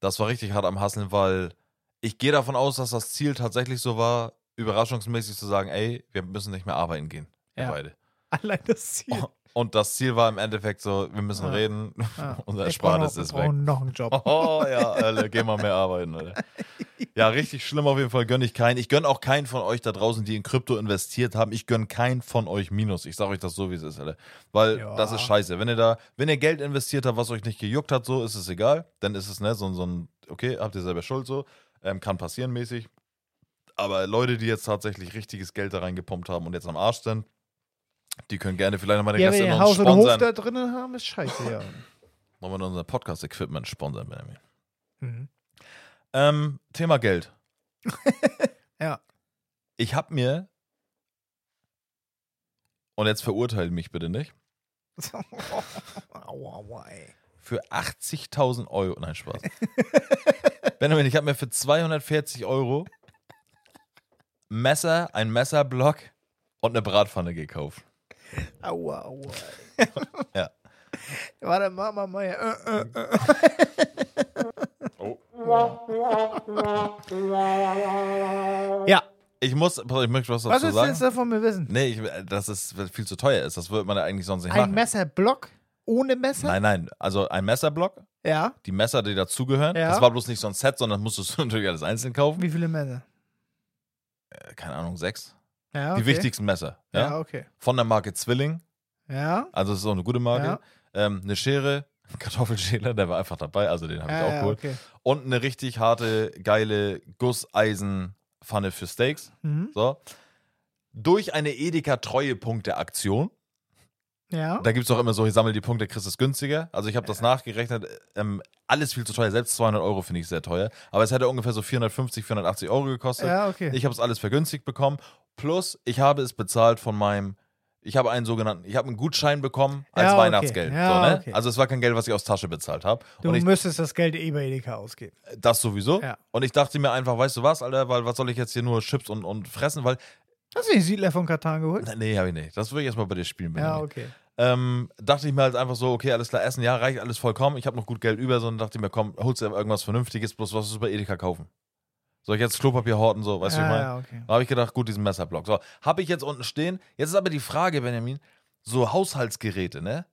Speaker 3: Das war richtig hart am Hasseln, weil ich gehe davon aus, dass das Ziel tatsächlich so war, überraschungsmäßig zu sagen, ey, wir müssen nicht mehr arbeiten gehen. Wir
Speaker 4: Ja.
Speaker 3: beide.
Speaker 4: (laughs) Allein das Ziel.
Speaker 3: Oh, Und das Ziel war im Endeffekt so, wir müssen
Speaker 4: Ja.
Speaker 3: reden,
Speaker 4: Ah,
Speaker 3: (laughs) unser
Speaker 4: wir
Speaker 3: Erspartes
Speaker 4: brauchen-
Speaker 3: ist
Speaker 4: wir
Speaker 3: weg.
Speaker 4: brauchen
Speaker 3: (laughs)
Speaker 4: noch einen Job.
Speaker 3: Oh ja, Alter, geh mal mehr arbeiten, Alter. Ja, richtig schlimm auf jeden Fall. Gönn ich keinen. Ich gönn auch keinen von euch da draußen, die in Krypto investiert haben. Ich gönn keinen von euch Minus. Ich sag euch das so, wie es ist, Alter. Weil
Speaker 4: Ja.
Speaker 3: das ist scheiße. Wenn ihr da, wenn ihr Geld investiert habt, was euch nicht gejuckt hat, so ist es egal. Dann ist es, ne, so, ein- so ein, okay, habt ihr selber Schuld so. Ähm, kann passieren mäßig. Aber Leute, die jetzt tatsächlich richtiges Geld da reingepumpt haben und jetzt am Arsch sind, die können gerne vielleicht nochmal den
Speaker 4: Ja,
Speaker 3: Rest
Speaker 4: wenn
Speaker 3: in
Speaker 4: ihr
Speaker 3: uns
Speaker 4: Haus und Hof
Speaker 3: sponsern.
Speaker 4: da drinnen haben, ist scheiße, ja.
Speaker 3: Wollen wir unser Podcast-Equipment sponsern, Benjamin?
Speaker 4: Mhm.
Speaker 3: Ähm, Thema Geld.
Speaker 4: Ja.
Speaker 3: Ich habe mir und jetzt verurteilt mich bitte nicht
Speaker 4: aua, aua, ey.
Speaker 3: für 80.000 Euro. Nein,
Speaker 4: (laughs)
Speaker 3: Spaß. Benjamin, ich habe mir für 240 Euro Messer, ein Messerblock und eine Bratpfanne gekauft.
Speaker 4: Aua, aua. ey.
Speaker 3: (laughs) Ja.
Speaker 4: Warte, Mama, Maya. Äh, äh, äh.
Speaker 3: Oh.
Speaker 4: Ja.
Speaker 3: Ich muss, ich möchte was
Speaker 4: Was
Speaker 3: dazu
Speaker 4: willst du jetzt
Speaker 3: sagen.
Speaker 4: davon mir wissen?
Speaker 3: Nee, ich, dass es viel zu teuer ist. Das würde man ja eigentlich sonst nicht
Speaker 4: Ein
Speaker 3: machen.
Speaker 4: Messerblock ohne Messer?
Speaker 3: Nein, nein. Also ein Messerblock,
Speaker 4: Ja.
Speaker 3: die Messer, die dazugehören.
Speaker 4: Ja.
Speaker 3: Das war bloß nicht so ein Set, sondern musstest du (laughs) natürlich alles einzeln kaufen.
Speaker 4: Wie viele Messer?
Speaker 3: Äh, Keine Ahnung, sechs.
Speaker 4: Ja, okay.
Speaker 3: Die wichtigsten Messer. Ja?
Speaker 4: Ja, okay.
Speaker 3: Von der Marke Zwilling.
Speaker 4: Ja.
Speaker 3: Also es ist auch eine gute Marke. Ähm, eine Schere, (laughs) ein Kartoffelschäler, der war einfach dabei, also den habe ich
Speaker 4: ja,
Speaker 3: auch
Speaker 4: ja,
Speaker 3: geholt.
Speaker 4: okay.
Speaker 3: Und eine richtig harte, geile Gusseisenpfanne für Steaks.
Speaker 4: Mhm.
Speaker 3: So. Durch eine Edeka-Treue-Punkte-Aktion.
Speaker 4: Ja.
Speaker 3: Da gibt es auch immer so, ich sammle die Punkte, kriegst es günstiger. Also ich habe das nachgerechnet, ähm, alles viel zu teuer. Selbst 200 Euro finde ich sehr teuer. Aber es hätte ungefähr so 450, 480 Euro gekostet.
Speaker 4: Ja, okay.
Speaker 3: Ich habe es alles vergünstigt bekommen. Plus, ich habe es bezahlt von meinem, ich habe einen sogenannten, ich habe einen Gutschein bekommen als
Speaker 4: Ja, okay.
Speaker 3: Weihnachtsgeld.
Speaker 4: Ja,
Speaker 3: so, ne?
Speaker 4: okay.
Speaker 3: Also es war kein Geld, was ich aus Tasche bezahlt habe.
Speaker 4: du
Speaker 3: Und ich,
Speaker 4: müsstest das Geld eh bei Edeka ausgeben.
Speaker 3: das sowieso.
Speaker 4: Ja.
Speaker 3: Und ich dachte mir einfach, weißt du was, Alter, weil was soll ich jetzt hier nur Chips und, und fressen? Weil,
Speaker 4: Hast du den Siedler von Katan geholt?
Speaker 3: nee, habe ich nicht. Das würde ich erstmal bei dir spielen.
Speaker 4: Ja,
Speaker 3: Benjamin.
Speaker 4: okay.
Speaker 3: ähm, dachte ich mir halt einfach so, okay, alles klar, Essen, ja, reicht alles vollkommen. Ich habe noch gut Geld über, sondern dachte ich mir, komm, holst du irgendwas Vernünftiges, bloß was ist bei Edeka kaufen? Soll ich jetzt Klopapier horten, so, weißt du, wie ich
Speaker 4: ja,
Speaker 3: meine?
Speaker 4: ja, okay.
Speaker 3: Da habe ich gedacht, gut, diesen Messerblock. So, habe ich jetzt unten stehen. Jetzt ist aber die Frage, Benjamin, so Haushaltsgeräte, ne?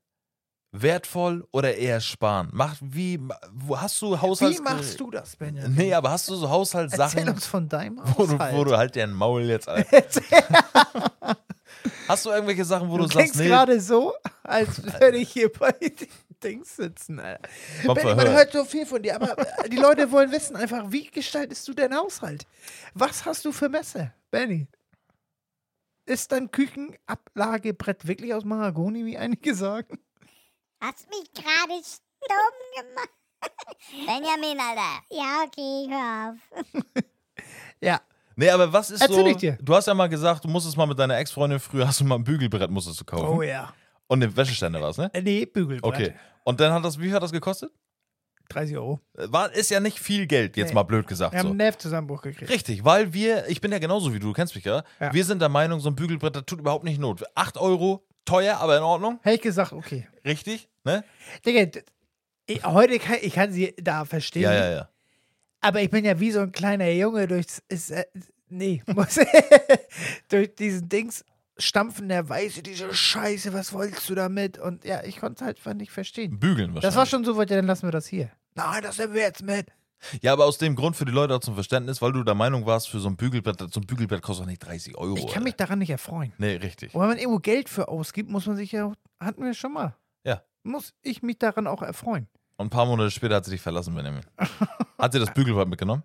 Speaker 3: Wertvoll oder eher sparen? Macht wie, ma- wo hast du Haushaltsgeräte?
Speaker 4: Wie machst du das, Benjamin?
Speaker 3: Nee, aber hast du so
Speaker 4: Erzähl
Speaker 3: Haushaltssachen,
Speaker 4: uns von deinem
Speaker 3: wo du,
Speaker 4: Haushalt.
Speaker 3: wo du halt dein Maul jetzt. Alter.
Speaker 4: (laughs)
Speaker 3: hast du irgendwelche Sachen, wo du,
Speaker 4: Du
Speaker 3: sagst,
Speaker 4: klingst
Speaker 3: nee,
Speaker 4: gerade so, als würde ich hier bei (laughs) den Dings sitzen, Alter.
Speaker 3: Vom
Speaker 4: Benny, man
Speaker 3: Verhör.
Speaker 4: hört so viel von dir, aber äh, die Leute wollen wissen einfach, wie gestaltest du deinen Haushalt? Was hast du für Messer, Benny? Ist dein Küchenablagebrett wirklich aus Mahagoni, wie einige sagen?
Speaker 7: Hast mich gerade stumm gemacht.
Speaker 6: Benjamin, Alter.
Speaker 7: Ja, okay, hör auf.
Speaker 4: Ja.
Speaker 3: Nee, aber was ist
Speaker 4: Erzähl
Speaker 3: so?
Speaker 4: ich dir.
Speaker 3: Du hast ja mal gesagt, du musstest mal mit deiner Ex-Freundin früher, hast du mal ein Bügelbrett musstest du kaufen.
Speaker 4: Oh ja.
Speaker 3: Und eine Wäscheständer war's, ne?
Speaker 4: Äh, Nee, Bügelbrett.
Speaker 3: Okay. Und dann hat das, wie viel hat das gekostet?
Speaker 4: 30 Euro.
Speaker 3: War, ist ja nicht viel Geld, jetzt
Speaker 4: Nee.
Speaker 3: mal blöd gesagt.
Speaker 4: Wir haben
Speaker 3: So.
Speaker 4: einen Nervzusammenbruch gekriegt.
Speaker 3: Richtig, weil wir, ich bin ja genauso wie du, du kennst mich ja.
Speaker 4: Ja.
Speaker 3: Wir sind der Meinung, so ein Bügelbrett, das tut überhaupt nicht Not. 8 Euro, teuer, aber in Ordnung.
Speaker 4: Hätte ich gesagt, okay.
Speaker 3: Richtig, ne?
Speaker 4: Digga, d- ich, heute kann ich kann sie da verstehen.
Speaker 3: Ja, ja, ja.
Speaker 4: Aber ich bin ja wie so ein kleiner Junge durchs. Ist, äh, nee, (laughs) muss. durch diesen Dings stampfen der Weiße, diese Scheiße, was wolltest du damit? Und ja, ich konnte es halt einfach nicht verstehen.
Speaker 3: Bügeln wahrscheinlich.
Speaker 4: Das war schon so weit, ja, dann lassen wir das hier. Nein, das nehmen wir jetzt mit.
Speaker 3: ja, aber aus dem Grund für die Leute auch zum Verständnis, weil du der Meinung warst, für so ein Bügelbrett, so ein Bügelbrett kostet doch nicht 30 Euro.
Speaker 4: Ich kann
Speaker 3: Alter.
Speaker 4: mich daran nicht erfreuen.
Speaker 3: Nee, richtig.
Speaker 4: Und wenn man irgendwo Geld für ausgibt, muss man sich ja. auch- Hatten wir schon mal.
Speaker 3: Ja.
Speaker 4: Muss ich mich daran auch erfreuen.
Speaker 3: Und ein paar Monate später hat sie dich verlassen,
Speaker 4: (laughs)
Speaker 3: Benjamin. Hat sie das Bügelbrett mitgenommen?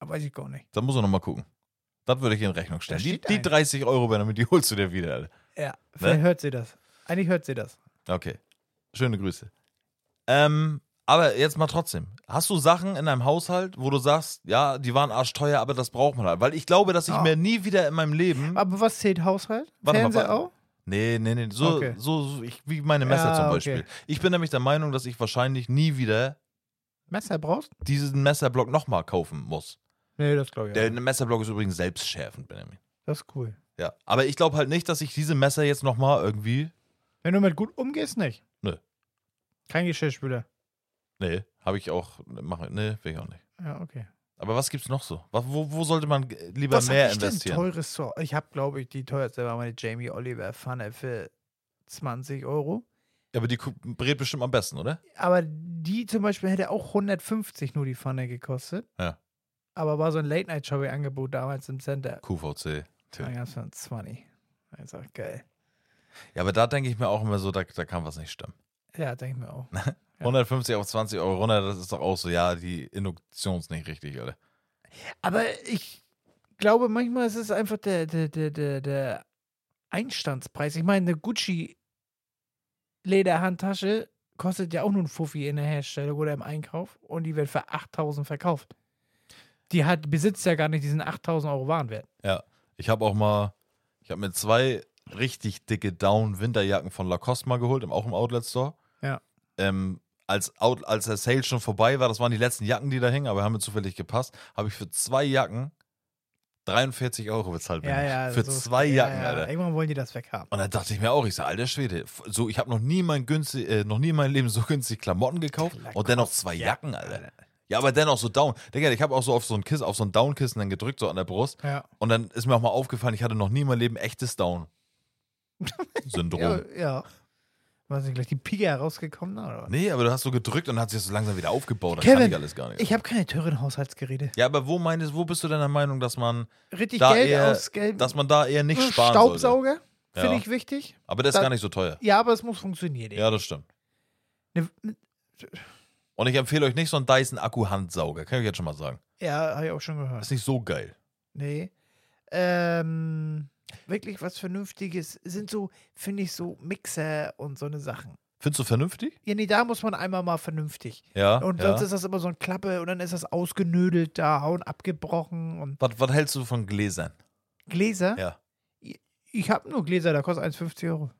Speaker 4: Aber weiß ich gar nicht.
Speaker 3: Da muss er nochmal gucken. Das würde ich in Rechnung stellen.
Speaker 4: Da
Speaker 3: Die,
Speaker 4: steht
Speaker 3: die
Speaker 4: ein.
Speaker 3: 30 Euro, Benjamin, die holst du dir wieder. Alter.
Speaker 4: Ja. Vielleicht
Speaker 3: Ne?
Speaker 4: hört sie das. Eigentlich hört sie das.
Speaker 3: Okay. Schöne Grüße. Ähm, aber jetzt mal trotzdem. Hast du Sachen in deinem Haushalt, wo du sagst, ja, die waren arschteuer, aber das braucht man halt? Weil ich glaube, dass ich
Speaker 4: Ja.
Speaker 3: mir nie wieder in meinem Leben.
Speaker 4: Aber was zählt Haushalt?
Speaker 3: Warte mal,
Speaker 4: Fernseher
Speaker 3: warte.
Speaker 4: auch?
Speaker 3: Nee, nee, nee. So,
Speaker 4: Okay.
Speaker 3: so, so ich, wie meine Messer
Speaker 4: Ja,
Speaker 3: zum
Speaker 4: okay.
Speaker 3: Beispiel. Ich bin nämlich der Meinung, dass ich wahrscheinlich nie wieder
Speaker 4: Messer brauchst?
Speaker 3: diesen Messerblock nochmal kaufen muss.
Speaker 4: Nee, das glaube ich auch.
Speaker 3: Der
Speaker 4: nicht.
Speaker 3: Messerblock ist übrigens selbstschärfend, Benjamin.
Speaker 4: Das ist cool.
Speaker 3: Ja. Aber ich glaube halt nicht, dass ich diese Messer jetzt nochmal irgendwie.
Speaker 4: Wenn du mit gut umgehst, nicht.
Speaker 3: Nö.
Speaker 4: Kein Geschirrspüler.
Speaker 3: Nee, habe ich auch. Mach, nee, will ich auch nicht.
Speaker 4: Ja, okay.
Speaker 3: Aber was gibt's noch so? Wa- Wo, wo sollte man äh, lieber mehr
Speaker 4: hab ich
Speaker 3: investieren?
Speaker 4: Denn teures so ich habe, glaube ich, die teuerste war meine Jamie Oliver Pfanne für 20 Euro.
Speaker 3: Ja, aber die Ku- brät bestimmt am besten, oder?
Speaker 4: Aber die zum Beispiel hätte auch 150 nur die Pfanne gekostet.
Speaker 3: Ja.
Speaker 4: Aber war so ein Late-Night-Shopping-Angebot damals im Center.
Speaker 3: QVC. Tja.
Speaker 4: Da gab es 20. Das ist auch geil.
Speaker 3: Ja, aber da denke ich mir auch immer so, da, da kann was nicht stimmen.
Speaker 4: Ja, denke ich mir auch.
Speaker 3: 150 auf 20 Euro runter, das ist doch auch so, ja, die Induktion ist nicht richtig, oder?
Speaker 4: Aber ich glaube, manchmal ist es einfach der, der, der, der, der Einstandspreis. Ich meine, eine Gucci-Lederhandtasche kostet ja auch nur ein Fuffi in der Herstellung oder im Einkauf und die wird für 8000 verkauft. Die hat, besitzt ja gar nicht diesen 8000 Euro Warenwert.
Speaker 3: Ja. Ich habe auch mal, ich habe mir zwei richtig dicke Down-Winterjacken von Lacoste mal geholt, im- auch im Outlet-Store.
Speaker 4: Ja.
Speaker 3: Ähm, als, Out, als der Sale schon vorbei war, das waren die letzten Jacken, die da hingen, aber haben mir zufällig gepasst, habe ich für zwei Jacken 43 Euro bezahlt. bin ich. für
Speaker 4: also
Speaker 3: zwei Jacken, Alter.
Speaker 4: Irgendwann wollen die das weghaben.
Speaker 3: Und dann dachte ich mir auch, ich sage, alter Schwede, f- so, ich habe noch nie mein günstig, äh, noch nie in meinem Leben so günstig Klamotten gekauft und dennoch zwei Jacken, Alter. Ja, aber dennoch so down. Digga, ich habe auch so auf so ein Kissen, auf so ein Down-Kissen dann gedrückt, so an der Brust.
Speaker 4: Ja.
Speaker 3: Und dann ist mir auch mal aufgefallen, ich hatte noch nie in meinem Leben echtes
Speaker 4: (laughs)
Speaker 3: Down-Syndrom.
Speaker 4: Ja, ja. Weiß nicht, gleich die Pika herausgekommen, oder? was?
Speaker 3: Nee, aber du hast so gedrückt und hat sich das so langsam wieder aufgebaut. Das kann
Speaker 4: Kevin,
Speaker 3: ich alles gar nicht.
Speaker 4: Ich habe keine teuren Haushaltsgeräte.
Speaker 3: ja, aber wo meinst, wo bist du denn der Meinung, dass man
Speaker 4: Richtig
Speaker 3: da
Speaker 4: Geld
Speaker 3: eher,
Speaker 4: ausgeben.
Speaker 3: dass man da eher nicht sparen sollte?
Speaker 4: Hm, Staubsauger
Speaker 3: Ja.
Speaker 4: finde ich wichtig.
Speaker 3: Aber der ist
Speaker 4: Da-
Speaker 3: gar nicht so teuer.
Speaker 4: Ja, aber es muss funktionieren.
Speaker 3: Ja, das stimmt.
Speaker 4: Ne, ne,
Speaker 3: Und ich empfehle euch nicht so einen Dyson-Akku-Handsauger, kann ich jetzt schon mal sagen.
Speaker 4: ja habe ich auch schon
Speaker 3: Ist
Speaker 4: gehört.
Speaker 3: nicht so geil.
Speaker 4: Nee. Ähm, wirklich was Vernünftiges sind so, finde ich, so Mixer und so eine Sachen.
Speaker 3: Findest du vernünftig?
Speaker 4: Ja, nee, da muss man einmal mal vernünftig.
Speaker 3: Ja.
Speaker 4: Und
Speaker 3: Ah, ja.
Speaker 4: sonst ist das immer so ein Klappe und dann ist das ausgenödelt da und abgebrochen und
Speaker 3: was, was hältst du von Gläsern? (laughs)
Speaker 4: Gläser.
Speaker 3: Ja.
Speaker 4: Ich habe nur Gläser, da kostet 1,50 Euro.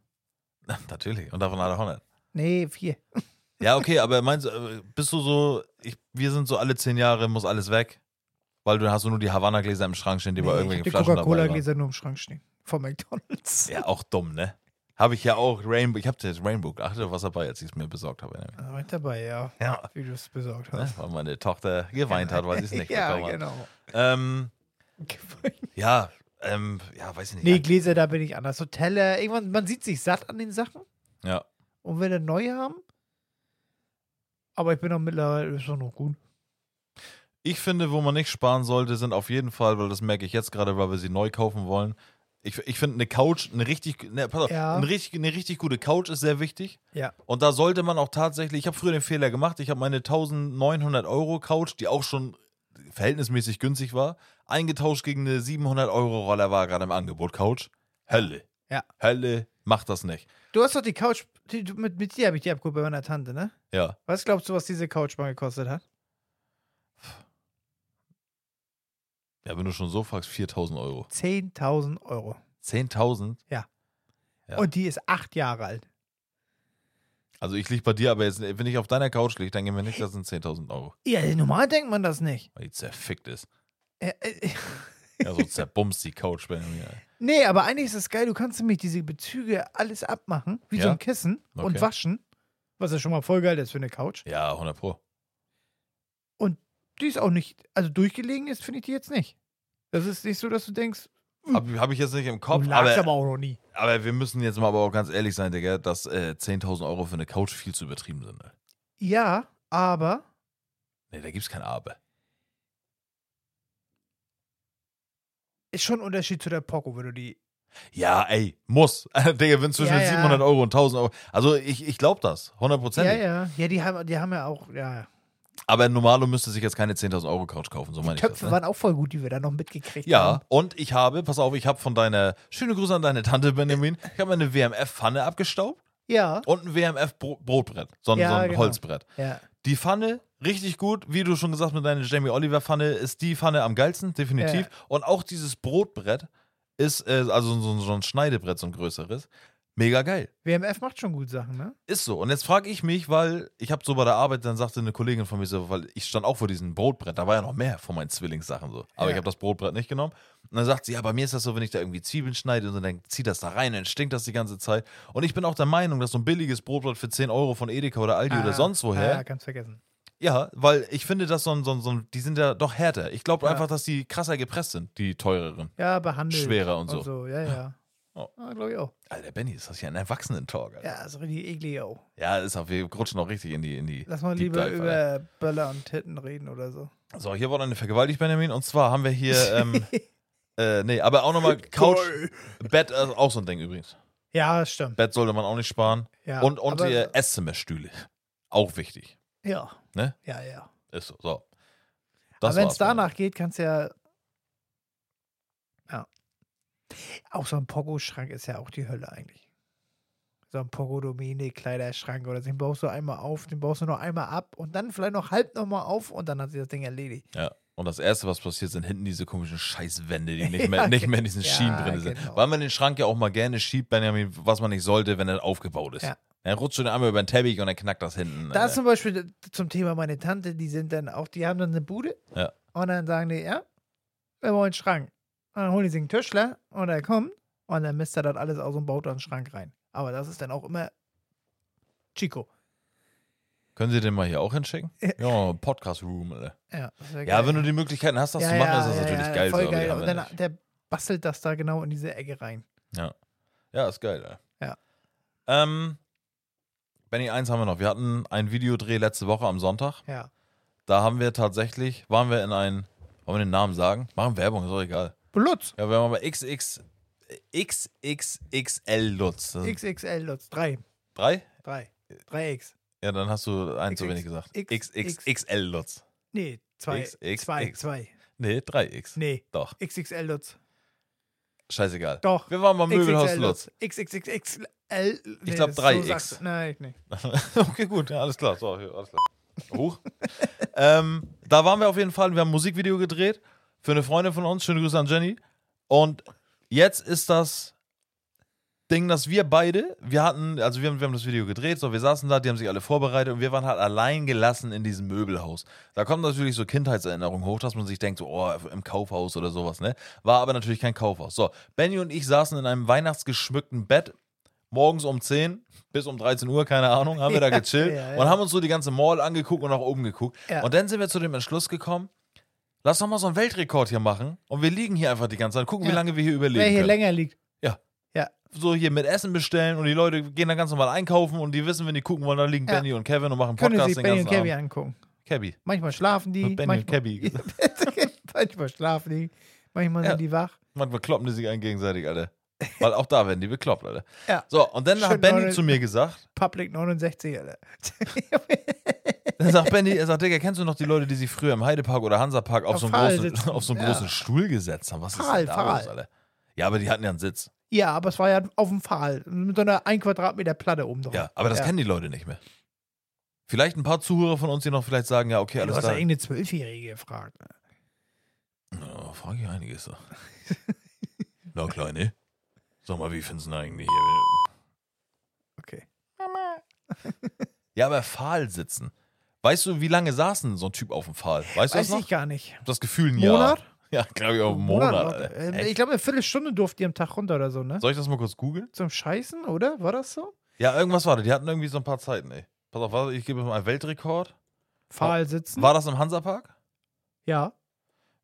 Speaker 3: Natürlich. Und davon hat er 100.
Speaker 4: Nee, vier.
Speaker 3: Ja, okay, aber meinst du, äh, bist du so, ich, wir sind so alle zehn Jahre, muss alles weg? Weil du hast so nur die Havanna-Gläser im Schrank stehen, die bei
Speaker 4: nee, ich hab
Speaker 3: irgendwelchen
Speaker 4: die
Speaker 3: Flaschen dabei waren.
Speaker 4: Coca-Cola-Gläser nur im Schrank stehen. Von McDonalds.
Speaker 3: Ja, auch dumm, ne? Habe ich ja auch Rainbow, ich habe das Rainbow geachtet, was dabei, als ich es mir besorgt habe. nämlich.
Speaker 4: War ich dabei, ja.
Speaker 3: Ja.
Speaker 4: Wie du es besorgt
Speaker 3: Ne?
Speaker 4: hast.
Speaker 3: Weil meine Tochter geweint hat, weil sie es nicht
Speaker 4: (laughs) ja,
Speaker 3: bekommen hat.
Speaker 4: genau.
Speaker 3: Ähm, ja, ähm, ja, weiß ich
Speaker 4: Nee,
Speaker 3: nicht.
Speaker 4: Gläser, da bin ich anders. So Teller, irgendwann, man sieht sich satt an den Sachen.
Speaker 3: ja.
Speaker 4: Und wenn wir neue haben, aber ich bin auch mittlerweile, ist doch noch gut.
Speaker 3: Ich finde, wo man nicht sparen sollte, sind auf jeden Fall, weil das merke ich jetzt gerade, weil wir sie neu kaufen wollen. Ich, ich finde eine Couch, eine richtig, ne, pass auf,
Speaker 4: Ja.
Speaker 3: eine richtig, eine richtig gute Couch ist sehr wichtig.
Speaker 4: Ja.
Speaker 3: Und da sollte man auch tatsächlich, ich habe früher den Fehler gemacht, ich habe meine 1900 Euro Couch, die auch schon verhältnismäßig günstig war, eingetauscht gegen eine 700 Euro Roller war gerade im Angebot Couch. Hölle.
Speaker 4: Ja.
Speaker 3: Hölle, macht das nicht.
Speaker 4: Du hast doch die Couch, die, du- mit, mit dir habe ich die abgeholt bei meiner Tante, ne?
Speaker 3: Ja.
Speaker 4: Was glaubst du, was diese Couch mal gekostet hat?
Speaker 3: Ja, wenn du schon so fragst, 4000 Euro.
Speaker 4: 10.000 Euro.
Speaker 3: 10.000? Ja.
Speaker 4: Und die ist acht Jahre alt.
Speaker 3: Also ich liege bei dir, aber jetzt, wenn ich auf deiner Couch liege, dann gehen wir nicht, das sind 10.000 Euro.
Speaker 4: Ja, normal denkt man das nicht.
Speaker 3: Weil die zerfickt ist.
Speaker 4: Äh, äh, (laughs)
Speaker 3: Ja, so zerbumst die Couch bei mir.
Speaker 4: nee, aber eigentlich ist es geil, du kannst nämlich diese Bezüge alles abmachen, wie so
Speaker 3: Ja?
Speaker 4: ein Kissen und
Speaker 3: Okay.
Speaker 4: waschen, was ja schon mal voll geil ist für eine Couch.
Speaker 3: Ja, 100 Pro.
Speaker 4: Die ist auch nicht, also durchgelegen ist, finde ich die jetzt nicht. Das ist nicht so, dass du denkst,
Speaker 3: Habe hab ich jetzt nicht im Kopf,
Speaker 4: Hm. du lagst
Speaker 3: aber, aber,
Speaker 4: aber auch noch nie.
Speaker 3: wir müssen jetzt mal aber auch ganz ehrlich sein, Digga, dass äh, 10.000 Euro für eine Couch viel zu übertrieben sind. Ne,
Speaker 4: Ja, aber
Speaker 3: nee, da gibt's kein Aber.
Speaker 4: ist schon ein Unterschied zu der Poco, wenn du die.
Speaker 3: Ja, ey, muss. (laughs) Digga, wenn zwischen
Speaker 4: Ja, ja.
Speaker 3: 700 Euro und 1.000 Euro. Also ich, ich glaube das, 100 Prozent.
Speaker 4: Ja, ja. Ja, die haben, die haben ja auch, ja.
Speaker 3: Aber Normalo müsste sich jetzt keine 10.000 Euro Couch kaufen, so
Speaker 4: Die
Speaker 3: meine ich
Speaker 4: Töpfe
Speaker 3: das. Ne?
Speaker 4: waren auch voll gut, die wir da noch mitgekriegt
Speaker 3: Ja,
Speaker 4: haben.
Speaker 3: und ich habe, pass auf, ich habe von deiner, schöne Grüße an deine Tante Benjamin, ich habe eine WMF-Pfanne abgestaubt
Speaker 4: Ja.
Speaker 3: und ein WMF-Brotbrett, so ein,
Speaker 4: Ja,
Speaker 3: so ein
Speaker 4: genau.
Speaker 3: Holzbrett.
Speaker 4: Ja.
Speaker 3: Die Pfanne, richtig gut. Wie du schon gesagt mit deiner Jamie Oliver Pfanne, ist die Pfanne am geilsten, definitiv.
Speaker 4: Ja.
Speaker 3: Und auch dieses Brotbrett ist, äh, also so, so ein Schneidebrett, so ein größeres. Mega geil.
Speaker 4: WMF macht schon gut Sachen, ne?
Speaker 3: Ist so. Und jetzt frage ich mich, weil ich habe so bei der Arbeit, dann sagte eine Kollegin von mir so, weil ich stand auch vor diesem Brotbrett, da war ja noch mehr von meinen Zwillingssachen so. Aber
Speaker 4: Ja.
Speaker 3: ich habe das Brotbrett nicht genommen. Und dann sagt sie, ja, bei mir ist das so, wenn ich da irgendwie Zwiebeln schneide und so, dann zieht das da rein, dann stinkt das die ganze Zeit. Und ich bin auch der Meinung, dass so ein billiges Brotbrett für 10 Euro von Edeka oder Aldi
Speaker 4: Ah,
Speaker 3: oder sonst woher,
Speaker 4: Ja, kannst vergessen.
Speaker 3: Ja, weil ich finde, dass so ein, so ein, so ein die sind ja doch härter. Ich glaube
Speaker 4: Ja.
Speaker 3: einfach, dass die krasser gepresst sind, die teureren.
Speaker 4: Ja, behandelt.
Speaker 3: Schwerer und so.
Speaker 4: Ja, ja.
Speaker 3: Oh.
Speaker 4: Ah, glaube ich auch.
Speaker 3: Alter, Benny, ist das hier ein Erwachsenen-Talk, Alter.
Speaker 4: Ja, ist richtig eklig auch.
Speaker 3: Ja, ist auch, wir rutschen auch richtig in die, in die
Speaker 4: Lass mal
Speaker 3: Deep
Speaker 4: lieber
Speaker 3: Dive, Alter.
Speaker 4: über Böller und Titten reden oder so.
Speaker 3: So, hier wurde eine vergewaltigt, Benjamin. Und zwar haben wir hier,
Speaker 4: (laughs)
Speaker 3: ähm, äh, nee, aber auch nochmal Couch, Bett, äh, auch so ein Ding übrigens.
Speaker 4: Ja, stimmt.
Speaker 3: Bett sollte man auch nicht sparen.
Speaker 4: Ja,
Speaker 3: und und
Speaker 4: aber-
Speaker 3: äh, Esszimmerstühle. Auch wichtig.
Speaker 4: Ja.
Speaker 3: Ne?
Speaker 4: Ja, ja.
Speaker 3: Ist so. so.
Speaker 4: Aber wenn es
Speaker 3: war's, Benjamin.
Speaker 4: danach geht, kannst du ja. Ja. Auch so ein Pogo-Schrank ist ja auch die Hölle eigentlich. So ein Pogo-Domine-Kleiderschrank oder so, den baust du einmal auf, den baust du noch einmal ab und dann vielleicht noch halb nochmal auf und dann hat sich das Ding erledigt.
Speaker 3: Ja. Und das Erste, was passiert, sind hinten diese komischen Scheißwände, die
Speaker 4: (laughs)
Speaker 3: nicht
Speaker 4: Ja,
Speaker 3: mehr, nicht mehr in diesen
Speaker 4: ja,
Speaker 3: Schienen drin sind.
Speaker 4: genau.
Speaker 3: Weil man den Schrank ja auch mal gerne schiebt, Benjamin, was man nicht sollte, wenn er aufgebaut ist.
Speaker 4: Ja.
Speaker 3: Dann rutscht du den einmal über den Teppich und dann knackt das hinten.
Speaker 4: Da ist
Speaker 3: Äh,
Speaker 4: zum Beispiel zum Thema meine Tante, die sind dann auch, die haben dann eine Bude
Speaker 3: Ja.
Speaker 4: und dann sagen die, ja, wir wollen einen Schrank. Und dann holen die sich einen Tischler und er kommt und dann misst er das alles aus und baut da einen Schrank rein. Aber das ist dann auch immer Chico.
Speaker 3: Können Sie den mal hier auch hinschicken? Ja, äh. Podcast Room, Alter.
Speaker 4: Ja, das wär
Speaker 3: Ja,
Speaker 4: geil.
Speaker 3: wenn du die Möglichkeiten hast, das zu machen, ist das natürlich geil.
Speaker 4: Voll
Speaker 3: so, aber die
Speaker 4: geil.
Speaker 3: haben
Speaker 4: Und
Speaker 3: wir
Speaker 4: dann,
Speaker 3: nicht.
Speaker 4: der bastelt das da genau in diese Ecke rein.
Speaker 3: ja, ist geil, Alter.
Speaker 4: Ja.
Speaker 3: Ähm, Benny, eins haben wir noch. Wir hatten einen Videodreh letzte Woche am Sonntag.
Speaker 4: Ja.
Speaker 3: Da haben wir tatsächlich, waren wir in ein, wollen wir den Namen sagen? Machen Werbung, ist doch egal.
Speaker 4: Lutz.
Speaker 3: Ja, wir haben aber XX, XXXL Lutz. Das sind
Speaker 4: XXL Lutz. Drei.
Speaker 3: drei?
Speaker 4: Drei. Drei X.
Speaker 3: Ja, dann hast du eins zu
Speaker 4: XX,
Speaker 3: wenig gesagt.
Speaker 4: X,
Speaker 3: XXXL Lutz.
Speaker 4: Nee, zwei.
Speaker 3: X, X,
Speaker 4: zwei,
Speaker 3: X.
Speaker 4: zwei.
Speaker 3: Nee, 3X.
Speaker 4: Nee.
Speaker 3: Doch,
Speaker 4: XXL Lutz.
Speaker 3: scheißegal.
Speaker 4: Doch.
Speaker 3: Wir waren beim Möbelhaus
Speaker 4: XXL
Speaker 3: Lutz. (laughs)
Speaker 4: XXXXL. Nee,
Speaker 3: Ich glaub,
Speaker 4: das- so
Speaker 3: 3X.
Speaker 4: sagst du- Nein, nee.
Speaker 3: okay, gut, ja, alles klar. So, hier, alles klar. Hoch. ähm, da waren wir auf jeden Fall, wir haben ein Musikvideo gedreht für eine Freundin von uns. Schöne Grüße an Jenny. Und jetzt ist das Ding, dass wir beide, wir hatten, also wir haben, wir haben das Video gedreht, so wir saßen da, die haben sich alle vorbereitet und wir waren halt allein gelassen in diesem Möbelhaus. Da kommen natürlich so Kindheitserinnerungen hoch, dass man sich denkt, so, oh, im Kaufhaus oder sowas, ne? War aber natürlich kein Kaufhaus. So, Benny und ich saßen in einem weihnachtsgeschmückten Bett morgens um 10 bis um 13 Uhr, keine Ahnung, haben wir da gechillt
Speaker 4: ja, ja.
Speaker 3: und haben uns so die ganze Mall angeguckt und nach oben geguckt.
Speaker 4: Ja.
Speaker 3: Und dann sind wir zu dem Entschluss gekommen, lass doch mal so einen Weltrekord hier machen und wir liegen hier einfach die ganze Zeit, gucken, wie
Speaker 4: Ja.
Speaker 3: lange wir hier überleben.
Speaker 4: Wer hier
Speaker 3: können.
Speaker 4: länger liegt.
Speaker 3: so hier mit Essen bestellen und die Leute gehen da ganz normal einkaufen und die wissen, wenn die gucken wollen, da liegen
Speaker 4: Ja.
Speaker 3: Benny und Kevin und machen
Speaker 4: Können
Speaker 3: Podcast
Speaker 4: Sie
Speaker 3: den
Speaker 4: sich Benny
Speaker 3: ganzen
Speaker 4: und Kevin
Speaker 3: Abend.
Speaker 4: angucken.
Speaker 3: Cabby.
Speaker 4: Manchmal schlafen die.
Speaker 3: Mit Benny und
Speaker 4: manchmal,
Speaker 3: Cabby.
Speaker 4: (laughs) manchmal schlafen die. Manchmal
Speaker 3: Ja.
Speaker 4: sind die wach.
Speaker 3: Manchmal kloppen die sich einen gegenseitig, Alter. Weil auch da werden die bekloppt, Alter.
Speaker 4: Ja.
Speaker 3: So, und dann
Speaker 4: Schön,
Speaker 3: hat Benny
Speaker 4: Leute.
Speaker 3: zu mir gesagt,
Speaker 4: Public 69, Alter. (laughs)
Speaker 3: dann sagt Benny, er sagt, Digga, kennst du noch die Leute, die sich früher im Heidepark oder Hansapark auf,
Speaker 4: Auf
Speaker 3: so einen,
Speaker 4: Pfahl
Speaker 3: großen, (laughs)
Speaker 4: sitzen.
Speaker 3: auf so einen
Speaker 4: Ja.
Speaker 3: großen Stuhl gesetzt haben? Was ist
Speaker 4: Pfahl,
Speaker 3: denn da los,
Speaker 4: Pfahl.
Speaker 3: Alter? Ja, aber die hatten ja einen Sitz.
Speaker 4: Ja, aber es war ja auf dem Pfahl. Mit so einer 1 Quadratmeter Platte oben drauf.
Speaker 3: Ja, aber das
Speaker 4: ja.
Speaker 3: kennen die Leute nicht mehr. Vielleicht ein paar Zuhörer von uns, die noch vielleicht sagen, ja, okay,
Speaker 4: Du
Speaker 3: alles
Speaker 4: hast eh ja
Speaker 3: klar.
Speaker 4: irgendeine Zwölfjährige gefragt.
Speaker 3: Ja, frage ich einiges.
Speaker 4: (laughs)
Speaker 3: so. Na, Kleine. Sag mal, wie findest du denn eigentlich hier? äh?
Speaker 4: Okay.
Speaker 3: Ja, aber Pfahl sitzen. Weißt du, wie lange saß denn so ein Typ auf dem Pfahl? Weißt du das
Speaker 4: Weiß ich
Speaker 3: noch?
Speaker 4: gar nicht.
Speaker 3: Das Gefühl ein Jahr.
Speaker 4: Monat?
Speaker 3: (laughs) Ja, glaube ich auch einen Monat.
Speaker 4: locker.
Speaker 3: Alter.
Speaker 4: Ähm,
Speaker 3: Echt?
Speaker 4: ich glaube, eine Viertelstunde durfte die am Tag runter oder so, ne?
Speaker 3: Soll ich das mal kurz googeln?
Speaker 4: Zum Scheißen, oder? War das so?
Speaker 3: Ja, irgendwas war da. Die hatten irgendwie so ein paar Zeiten, ey. Pass auf, warte, ich gebe mal einen Weltrekord.
Speaker 4: Pfahl sitzen?
Speaker 3: War das im Hansapark?
Speaker 4: ja.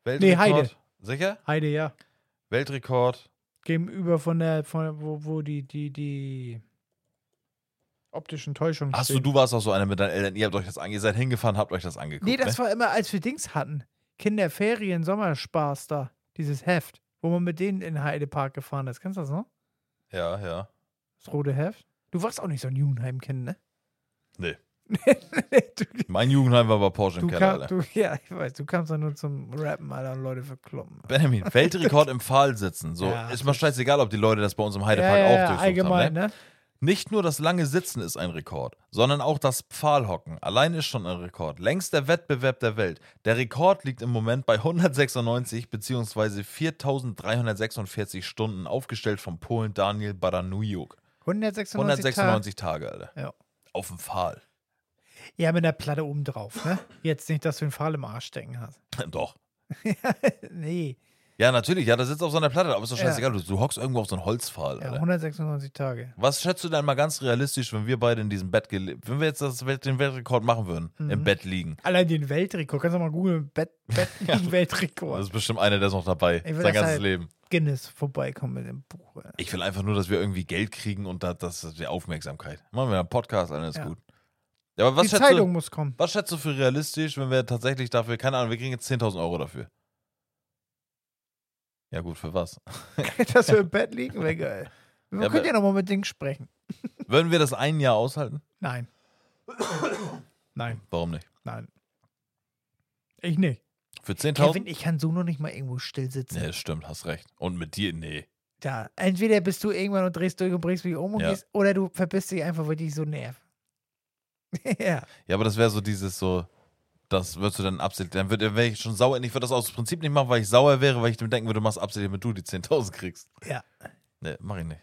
Speaker 3: Weltrekord?
Speaker 4: Heide.
Speaker 3: Sicher?
Speaker 4: Heide, ja.
Speaker 3: Weltrekord.
Speaker 4: Gegenüber von der, von, wo, wo die, die, die optischen Täuschungen
Speaker 3: Hast du,
Speaker 4: stehen.
Speaker 3: du warst auch so einer mit deinen Eltern. Ihr habt euch das ange ihr seid hingefahren, habt euch das angeguckt.
Speaker 4: Nee, das
Speaker 3: ne?
Speaker 4: war immer, als wir Dings hatten. Kinderferien, Sommerspaß da. Dieses Heft, wo man mit denen in den Heidepark gefahren ist. Kennst du das noch?
Speaker 3: Ja, ja.
Speaker 4: Das rote Heft. Du warst auch nicht so ein Jugendheimkind, ne?
Speaker 3: Nee.
Speaker 4: (laughs) du,
Speaker 3: Mein Jugendheim war aber Porsche im
Speaker 4: du,
Speaker 3: Keller,
Speaker 4: kam,
Speaker 3: Alter.
Speaker 4: du, ja, ich weiß, du kamst ja nur zum Rappen, Alter, und Leute verkloppen.
Speaker 3: Benjamin, Weltrekord im Pfahl sitzen. So,
Speaker 4: Ja.
Speaker 3: ist mal scheißegal, ob die Leute das bei uns im Heidepark auch durchsucht haben.
Speaker 4: allgemein,
Speaker 3: Ne?
Speaker 4: ne?
Speaker 3: Nicht nur das lange Sitzen ist ein Rekord, sondern auch das Pfahlhocken. Allein ist schon ein Rekord. Längst der Wettbewerb der Welt. Der Rekord liegt im Moment bei 196 bzw. 4346 Stunden, aufgestellt vom Polen Daniel Baranujuk.
Speaker 4: 196,
Speaker 3: 196 Tage, Alter.
Speaker 4: Ja.
Speaker 3: Auf dem Pfahl. (laughs)
Speaker 4: Tage. Ja, mit einer Platte oben drauf, ne? Jetzt nicht, dass du einen Pfahl im Arsch stecken hast. (laughs)
Speaker 3: Doch.
Speaker 4: nee.
Speaker 3: Ja, natürlich. Ja, da sitzt auf so einer Platte, aber ist doch
Speaker 4: Ja.
Speaker 3: scheißegal. Du, du hockst irgendwo auf so ne? einem Holzpfahl,
Speaker 4: Ja,
Speaker 3: Alter.
Speaker 4: 196 Tage.
Speaker 3: Was schätzt du denn mal ganz realistisch, wenn wir beide in diesem Bett gelebt, wenn wir jetzt das, Welt- den Weltrekord machen würden,
Speaker 4: Mhm.
Speaker 3: im Bett liegen?
Speaker 4: Allein den Weltrekord. Kannst du mal googeln.
Speaker 3: (laughs)
Speaker 4: Bett, Bett,
Speaker 3: Das
Speaker 4: Weltrekord.
Speaker 3: ist bestimmt einer, der ist noch dabei,
Speaker 4: Ich will
Speaker 3: sein
Speaker 4: das
Speaker 3: ganzes
Speaker 4: halt-
Speaker 3: Leben.
Speaker 4: Guinness vorbeikommen mit dem Buch. Alter.
Speaker 3: Ich will einfach nur, dass wir irgendwie Geld kriegen und da, das, das die Aufmerksamkeit. Machen wir einen Podcast, Alter, ist
Speaker 4: Ja.
Speaker 3: gut. Ja, aber was
Speaker 4: Die
Speaker 3: schätzt,
Speaker 4: Zeitung
Speaker 3: du,
Speaker 4: muss kommen. (laughs)
Speaker 3: was schätzt du für realistisch, wenn wir tatsächlich dafür, keine Ahnung, wir kriegen jetzt 10.000 Euro dafür? Ja gut, für was? (laughs)
Speaker 4: Dass wir im Bett liegen, wäre geil. Wir
Speaker 3: Ja,
Speaker 4: können
Speaker 3: aber-
Speaker 4: ja nochmal mit Ding sprechen.
Speaker 3: Würden wir das ein Jahr aushalten?
Speaker 4: Nein. (coughs) Nein,
Speaker 3: Warum nicht?
Speaker 4: nein. Ich nicht.
Speaker 3: Für
Speaker 4: Kevin,
Speaker 3: 10.000?
Speaker 4: ich kann so noch nicht mal irgendwo still sitzen.
Speaker 3: Nee, stimmt, hast recht. Und mit dir, nee.
Speaker 4: Da. Entweder bist du irgendwann und drehst durch und bringst mich um und
Speaker 3: Ja.
Speaker 4: gehst, oder du verpisst dich einfach, weil dich so nervt. (laughs) ja.
Speaker 3: Ja, aber das wäre so dieses so, das würdest du dann absichtlich, dann wird- dann wäre ich schon sauer. Ich würde das aus Prinzip nicht machen, weil ich sauer wäre, weil ich dem denken würde, du machst absichtlich, damit du die 10.000 kriegst.
Speaker 4: Ja.
Speaker 3: Nee, mach ich nicht.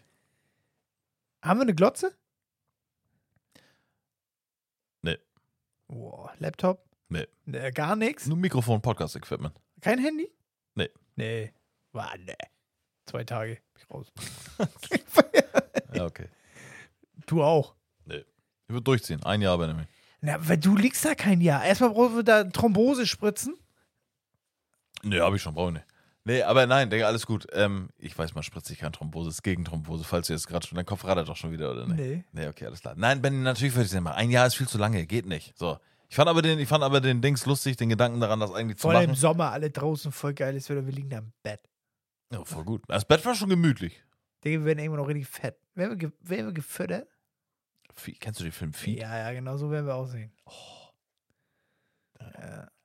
Speaker 4: Haben wir eine Glotze?
Speaker 3: Nee.
Speaker 4: Boah, Laptop?
Speaker 3: Nee.
Speaker 4: Nee, gar nichts?
Speaker 3: Nur Mikrofon, Podcast-Equipment.
Speaker 4: Kein Handy?
Speaker 3: Nee.
Speaker 4: Nee. War nee. Zwei Tage. Bin ich
Speaker 3: (laughs)
Speaker 4: raus.
Speaker 3: Ja, okay.
Speaker 4: du auch.
Speaker 3: Ich würde durchziehen. Ein Jahr bei nämlich.
Speaker 4: Na, weil du liegst da kein Jahr. Erstmal brauchen wir da Thrombose spritzen.
Speaker 3: Nee, hab ich schon, brauche ich nicht. Nee, aber nein, Digga, alles gut. Ähm, ich weiß, man spritzt sich kein Thrombose, es ist gegen Thrombose, falls du jetzt gerade schon, dein Kopf radert doch schon wieder, oder nicht?
Speaker 4: Nee.
Speaker 3: Nee, okay, alles klar. Nein, Benny, natürlich würde ich es nicht machen. Ein Jahr ist viel zu lange, geht nicht. So. Ich fand aber den, ich fand aber den Dings lustig, den Gedanken daran, das eigentlich zu
Speaker 4: Vor allem im
Speaker 3: machen.
Speaker 4: Sommer alle draußen voll geiles Wetter. Wir liegen da im Bett.
Speaker 3: Ja, voll gut. Das Bett war schon gemütlich.
Speaker 4: Digga, wir werden irgendwann auch richtig fett. Werden wir, ge werden wir gefüttert?
Speaker 3: Vieh- Kennst du den Film Feed?
Speaker 4: Ja, ja, genau so werden wir aussehen.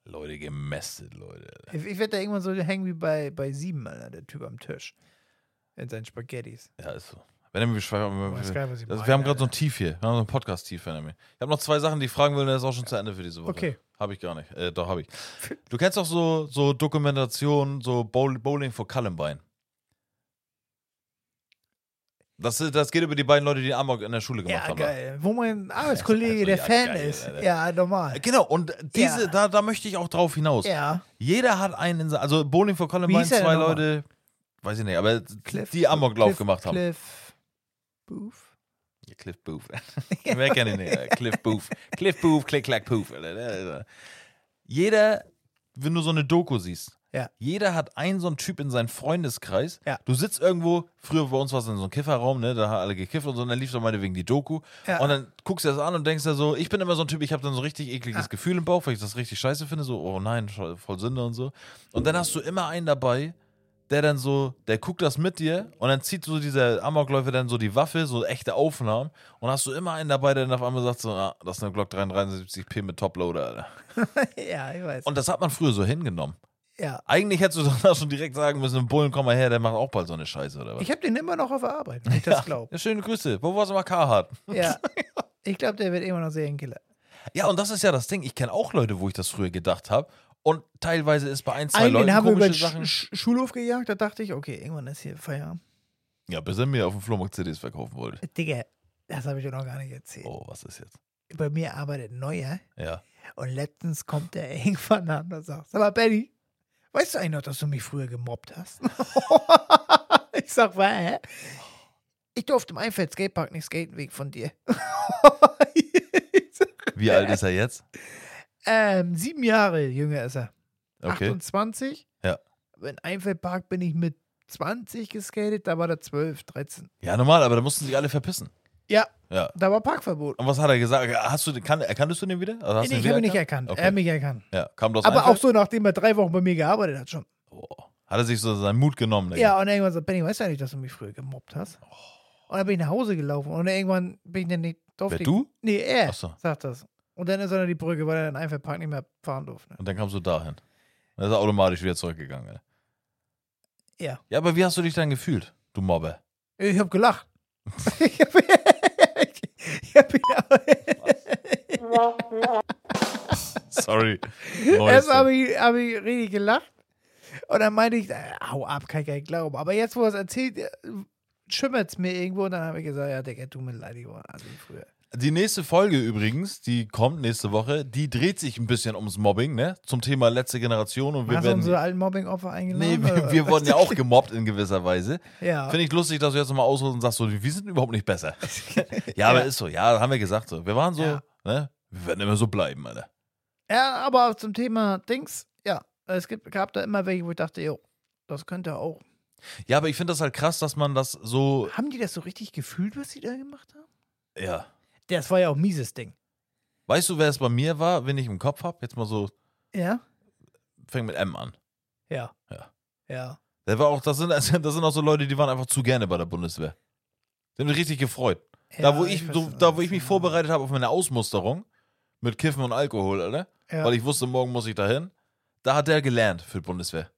Speaker 3: Leute, gemästet, Leute.
Speaker 4: Ich, ich werde da irgendwann so hängen wie bei, bei sieben, Alter, der Typ am Tisch. In seinen Spaghettis.
Speaker 3: Ja, ist so. Wenn er mir beschweift, wir,
Speaker 4: weiß gar nicht, was ich
Speaker 3: also,
Speaker 4: meine,
Speaker 3: wir haben gerade so ein Tief hier. Wir haben so ein Podcast-Tief, wenn er mir. Ich habe noch zwei Sachen, die ich fragen will, dann ist auch schon zu Ende für diese Woche.
Speaker 4: Okay.
Speaker 3: Habe ich gar nicht. Äh, doch, habe ich. Du kennst doch so, so Dokumentationen, so Bowl- Bowling for Columbine. Das, ist- das geht über die beiden Leute, die Amok in der Schule gemacht
Speaker 4: Ja,
Speaker 3: haben.
Speaker 4: geil. Wo mein Arbeitskollege
Speaker 3: Also,
Speaker 4: der
Speaker 3: ja,
Speaker 4: Fan
Speaker 3: geil,
Speaker 4: ist.
Speaker 3: Alter.
Speaker 4: Ja, normal.
Speaker 3: Genau, und diese,
Speaker 4: Ja.
Speaker 3: da, da möchte ich auch drauf hinaus.
Speaker 4: Ja.
Speaker 3: Jeder hat einen in se- Also Bowling for Columbine,
Speaker 4: hieß der
Speaker 3: zwei
Speaker 4: denn nochmal?
Speaker 3: Leute, weiß ich nicht, aber die Amoklauf
Speaker 4: Cliff-
Speaker 3: gemacht haben.
Speaker 4: Cliff. Booth.
Speaker 3: Ja, Cliff Booth. (laughs) Wer kennt ihn nicht? Alter? Cliff Booth. Cliff Booth, Click, Clack, Poof. Alter. Der- äh, der- Jeder, wenn du so eine Doku siehst,
Speaker 4: Ja.
Speaker 3: jeder hat einen so einen Typ in seinem Freundeskreis.
Speaker 4: Ja.
Speaker 3: Du sitzt irgendwo, früher bei uns war es in so einem Kifferraum, ne? da haben alle gekifft und so, und dann lief doch meinetwegen die Doku.
Speaker 4: Ja.
Speaker 3: Und dann guckst du das an und denkst dir so, ich bin immer so ein Typ, ich habe dann so richtig ekliges Gefühl im Bauch, weil ich das richtig scheiße finde, so, oh nein, scho- voll Sünde und so. Und dann hast du immer einen dabei, der dann so, der guckt das mit dir und dann zieht so dieser Amokläufer dann so die Waffe, so echte Aufnahmen und hast du immer einen dabei, der dann auf einmal sagt so, ah, das ist eine Glock 373p mit Toploader, Alter.
Speaker 4: (laughs) Ja, ich weiß.
Speaker 3: Und das hat man früher so hingenommen.
Speaker 4: ja.
Speaker 3: Eigentlich hättest du (laughs) doch da schon direkt sagen müssen, im Bullen, komm mal her, der macht auch bald so eine Scheiße, oder was?
Speaker 4: Ich habe den immer noch auf der Arbeit, wenn ich das glaube.
Speaker 3: (laughs) Ja, schöne Grüße. Wo warst du mal Carhartt?
Speaker 4: ja. Ich glaube, der wird immer noch Serienkiller.
Speaker 3: Ja, und das ist ja das Ding. Ich kenne auch Leute, wo ich das früher gedacht habe. Und teilweise ist bei ein, zwei
Speaker 4: Einen
Speaker 3: Leuten
Speaker 4: den haben wir über
Speaker 3: komische
Speaker 4: den
Speaker 3: Sachen.
Speaker 4: Sch Sch- Schulhof gejagt, da dachte ich, okay, irgendwann ist hier Feierabend.
Speaker 3: Ja, bis er mir auf dem Flohmarkt CDs verkaufen wollte.
Speaker 4: Digga, das habe ich dir noch gar nicht erzählt.
Speaker 3: Oh, was ist jetzt?
Speaker 4: Bei mir arbeitet ein Neuer
Speaker 3: Ja.
Speaker 4: und letztens kommt der (laughs) irgendwann an und sagt, sag mal, Benny, weißt du eigentlich noch, dass du mich früher gemobbt hast? (laughs) ich sag, was, hä? Ich durfte im Einfeld Skatepark nicht skaten wegen von dir. (laughs) Ich sag, (laughs)
Speaker 3: Wie alt ist er jetzt?
Speaker 4: ähm, sieben Jahre jünger ist er.
Speaker 3: Okay.
Speaker 4: 28.
Speaker 3: Ja.
Speaker 4: In Einfeldpark bin ich mit 20 geskatet, da war der 12, 13.
Speaker 3: Ja, normal, aber da mussten sich alle verpissen.
Speaker 4: Ja,
Speaker 3: Ja.
Speaker 4: da war Parkverbot.
Speaker 3: Und was hat er gesagt? Hast du, den- kann, erkanntest du den wieder? Also hast du
Speaker 4: Nee,
Speaker 3: den
Speaker 4: ich habe ihn nicht
Speaker 3: wieder
Speaker 4: erkannt.
Speaker 3: Okay.
Speaker 4: Er hat mich erkannt.
Speaker 3: Ja, kam das
Speaker 4: Aber auch so, nachdem er drei Wochen bei mir gearbeitet hat schon.
Speaker 3: Oh. Hat er sich so seinen Mut genommen? Digga?
Speaker 4: Ja, und irgendwann so, Benny, weißt du eigentlich, dass du mich früher gemobbt hast? Und dann bin ich nach Hause gelaufen und irgendwann bin ich dann nicht durfte
Speaker 3: Oh. Wer,
Speaker 4: ich-
Speaker 3: du?
Speaker 4: Nee, er
Speaker 3: Ach so.
Speaker 4: sagt das. Und dann ist er an die Brücke, weil er in Einfeldpark nicht mehr fahren durfte.
Speaker 3: Und dann kamst du dahin. Dann ist er automatisch wieder zurückgegangen. Alter.
Speaker 4: Ja.
Speaker 3: Ja, aber wie hast du dich dann gefühlt, du Mobbe?
Speaker 4: Ich habe gelacht. (laughs) ich habe (laughs) ich hab ihn
Speaker 3: Sorry.
Speaker 4: (laughs) Erst
Speaker 3: Neueste.
Speaker 4: habe ich, hab ich richtig gelacht. Und dann meinte ich, äh, hau ab, kann ich gar nicht glauben. Aber jetzt, wo er es erzählt, äh, schimmert's mir irgendwo. Und dann habe ich gesagt, ja, Digga, du mir leid, ich war also früher.
Speaker 3: Die nächste Folge übrigens, die kommt nächste Woche, die dreht sich ein bisschen ums Mobbing, ne? Zum Thema letzte Generation und wir
Speaker 4: Hast du
Speaker 3: werden.
Speaker 4: unsere alten Mobbing-Opfer eingeladen?
Speaker 3: Nee, wir,
Speaker 4: oder
Speaker 3: wir
Speaker 4: was?
Speaker 3: wurden ja
Speaker 4: (laughs)
Speaker 3: auch gemobbt in gewisser Weise.
Speaker 4: Ja.
Speaker 3: Finde ich lustig, dass du jetzt nochmal ausholst und sagst, so, wir sind überhaupt nicht
Speaker 4: (laughs)
Speaker 3: besser. ja, aber ist so, ja, haben wir gesagt so. Wir waren so,
Speaker 4: Ja.
Speaker 3: ne? Wir werden immer so bleiben, Alter.
Speaker 4: Ja, aber zum Thema Dings, ja, es gibt, gab da immer welche, wo ich dachte, jo, das könnte auch.
Speaker 3: Ja, aber ich finde das halt krass, dass man das so.
Speaker 4: Haben die das so richtig gefühlt, was sie da gemacht haben?
Speaker 3: Ja.
Speaker 4: Das war ja auch mieses Ding.
Speaker 3: Weißt du, wer es bei mir war, wenn ich im Kopf habe? Jetzt mal so,
Speaker 4: Ja?
Speaker 3: fängt mit M an.
Speaker 4: Ja.
Speaker 3: Ja.
Speaker 4: Ja.
Speaker 3: Der war auch, das sind, (laughs) das sind auch so Leute, die waren einfach zu gerne bei der Bundeswehr. Die haben mich richtig gefreut. da, wo ich,
Speaker 4: weiß,
Speaker 3: so,
Speaker 4: was
Speaker 3: da,
Speaker 4: du
Speaker 3: wo ich mich
Speaker 4: meinst,
Speaker 3: vorbereitet habe auf meine Ausmusterung mit Kiffen und Alkohol, Alter,
Speaker 4: ja.
Speaker 3: weil ich wusste, morgen muss ich dahin, da hat der gelernt für die Bundeswehr.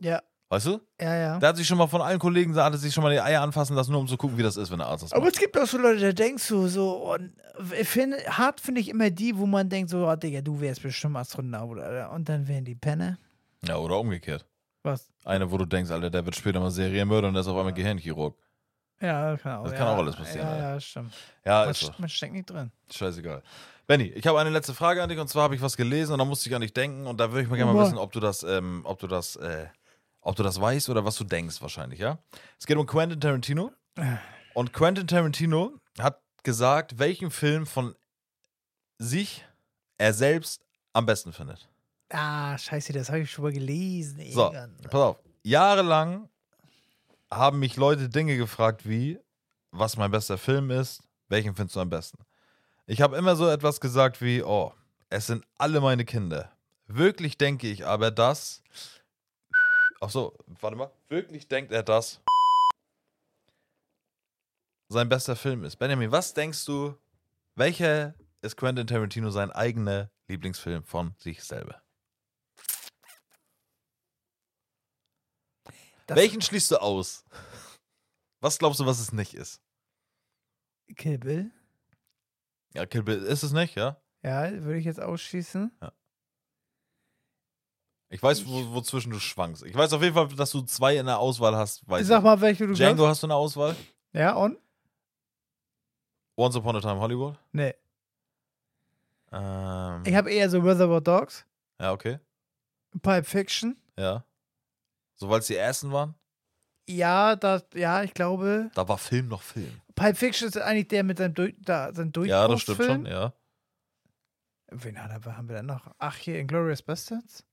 Speaker 4: Ja,
Speaker 3: Weißt du?
Speaker 4: ja, ja.
Speaker 3: Da hat sich schon mal von allen Kollegen, da hat er sich schon mal die Eier anfassen lassen, nur um zu gucken, wie das ist, wenn der Arzt das
Speaker 4: Aber
Speaker 3: macht.
Speaker 4: es gibt auch so Leute, da denkst du so, und ich finde- hart finde ich immer die, wo man denkt so, oh, Digga, du wärst bestimmt Astronaut, Alter. Und dann wären die Penner.
Speaker 3: Ja, oder umgekehrt.
Speaker 4: Was?
Speaker 3: Eine, wo du denkst, Alter, der wird später mal Serienmörder und der ist auf einmal Gehirnchirurg.
Speaker 4: Ja, das kann auch,
Speaker 3: Das
Speaker 4: ja,
Speaker 3: kann auch alles passieren,
Speaker 4: Ja,
Speaker 3: Alter.
Speaker 4: ja, stimmt.
Speaker 3: Ja, Also.
Speaker 4: Man,
Speaker 3: ist so.
Speaker 4: st- man steckt nicht drin.
Speaker 3: Scheißegal. Benny, ich habe eine letzte Frage an dich und zwar habe ich was gelesen und da musste ich an dich denken und da würde ich mal gerne mal
Speaker 4: Oha.
Speaker 3: wissen, ob du das, ähm, ob du das, äh, ob du das weißt oder was du denkst wahrscheinlich, ja? Es geht um Quentin Tarantino und Quentin Tarantino hat gesagt, welchen Film von sich er selbst am besten findet.
Speaker 4: Ah, scheiße, das habe ich schon mal gelesen.
Speaker 3: So,
Speaker 4: irgendwann.
Speaker 3: pass auf. Jahrelang haben mich Leute Dinge gefragt wie, was mein bester Film ist, welchen findest du am besten? Ich habe immer so etwas gesagt wie, oh, es sind alle meine Kinder. Wirklich denke ich aber, dass. Ach so, warte mal. Wirklich denkt er, dass sein bester Film ist. Benjamin, was denkst du, welcher ist Quentin Tarantino sein eigener Lieblingsfilm von sich selber?
Speaker 4: Das-
Speaker 3: Welchen schließt du aus? Was glaubst du, was es nicht ist?
Speaker 4: Kill Bill?
Speaker 3: Ja, Kill Bill ist es nicht, ja?
Speaker 4: Ja, würde ich jetzt ausschießen.
Speaker 3: Ich weiß, wo, wozwischen du schwankst. Ich weiß auf jeden Fall, dass du zwei in der Auswahl hast. Weiß
Speaker 4: Sag mal, welche du
Speaker 3: ich.
Speaker 4: glaubst.
Speaker 3: Also. Django hast du in der Auswahl?
Speaker 4: Ja, und?
Speaker 3: Once Upon a Time Hollywood?
Speaker 4: Nee.
Speaker 3: Ähm,
Speaker 4: Ich habe eher so Reservoir Dogs,
Speaker 3: ja, okay.
Speaker 4: Pipe Fiction.
Speaker 3: Ja. So, weil es die ersten waren,
Speaker 4: Ja, das, ja, ich glaube,
Speaker 3: da war Film noch Film.
Speaker 4: Pipe Fiction ist eigentlich der mit seinem Durch, da, sein Durchbruchsfilm.
Speaker 3: Ja, das stimmt schon, ja.
Speaker 4: Wen hat er, haben wir denn noch? Ach, hier Inglourious Bastards?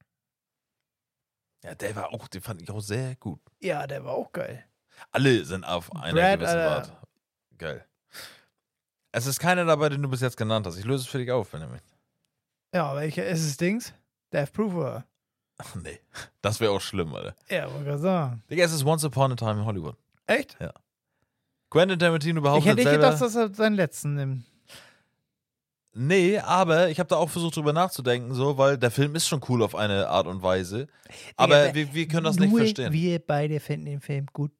Speaker 3: Ja, der war auch, den fand ich auch sehr gut.
Speaker 4: Ja, der war auch geil.
Speaker 3: Alle sind auf einer
Speaker 4: Brad,
Speaker 3: gewissen
Speaker 4: Alter.
Speaker 3: Art. Geil. Es ist keiner dabei, den du bis jetzt genannt hast. Ich löse es für dich auf, Benjamin.
Speaker 4: Ja, welcher ist es Dings? Death Proofer.
Speaker 3: Ach, nee. Das wäre auch schlimm, Alter.
Speaker 4: Ja, wollte gerade sagen.
Speaker 3: Digga, es ist Once Upon a Time in Hollywood.
Speaker 4: Echt?
Speaker 3: Quentin Tarantino behauptet
Speaker 4: ich hätte nicht
Speaker 3: selber,
Speaker 4: gedacht, dass er seinen letzten nimmt.
Speaker 3: Nee, aber ich habe da auch versucht drüber nachzudenken, so, weil der Film ist schon cool auf eine Art und Weise. Aber
Speaker 4: aber
Speaker 3: wir, wir können das nicht
Speaker 4: Nur
Speaker 3: verstehen.
Speaker 4: Wir beide finden den Film gut.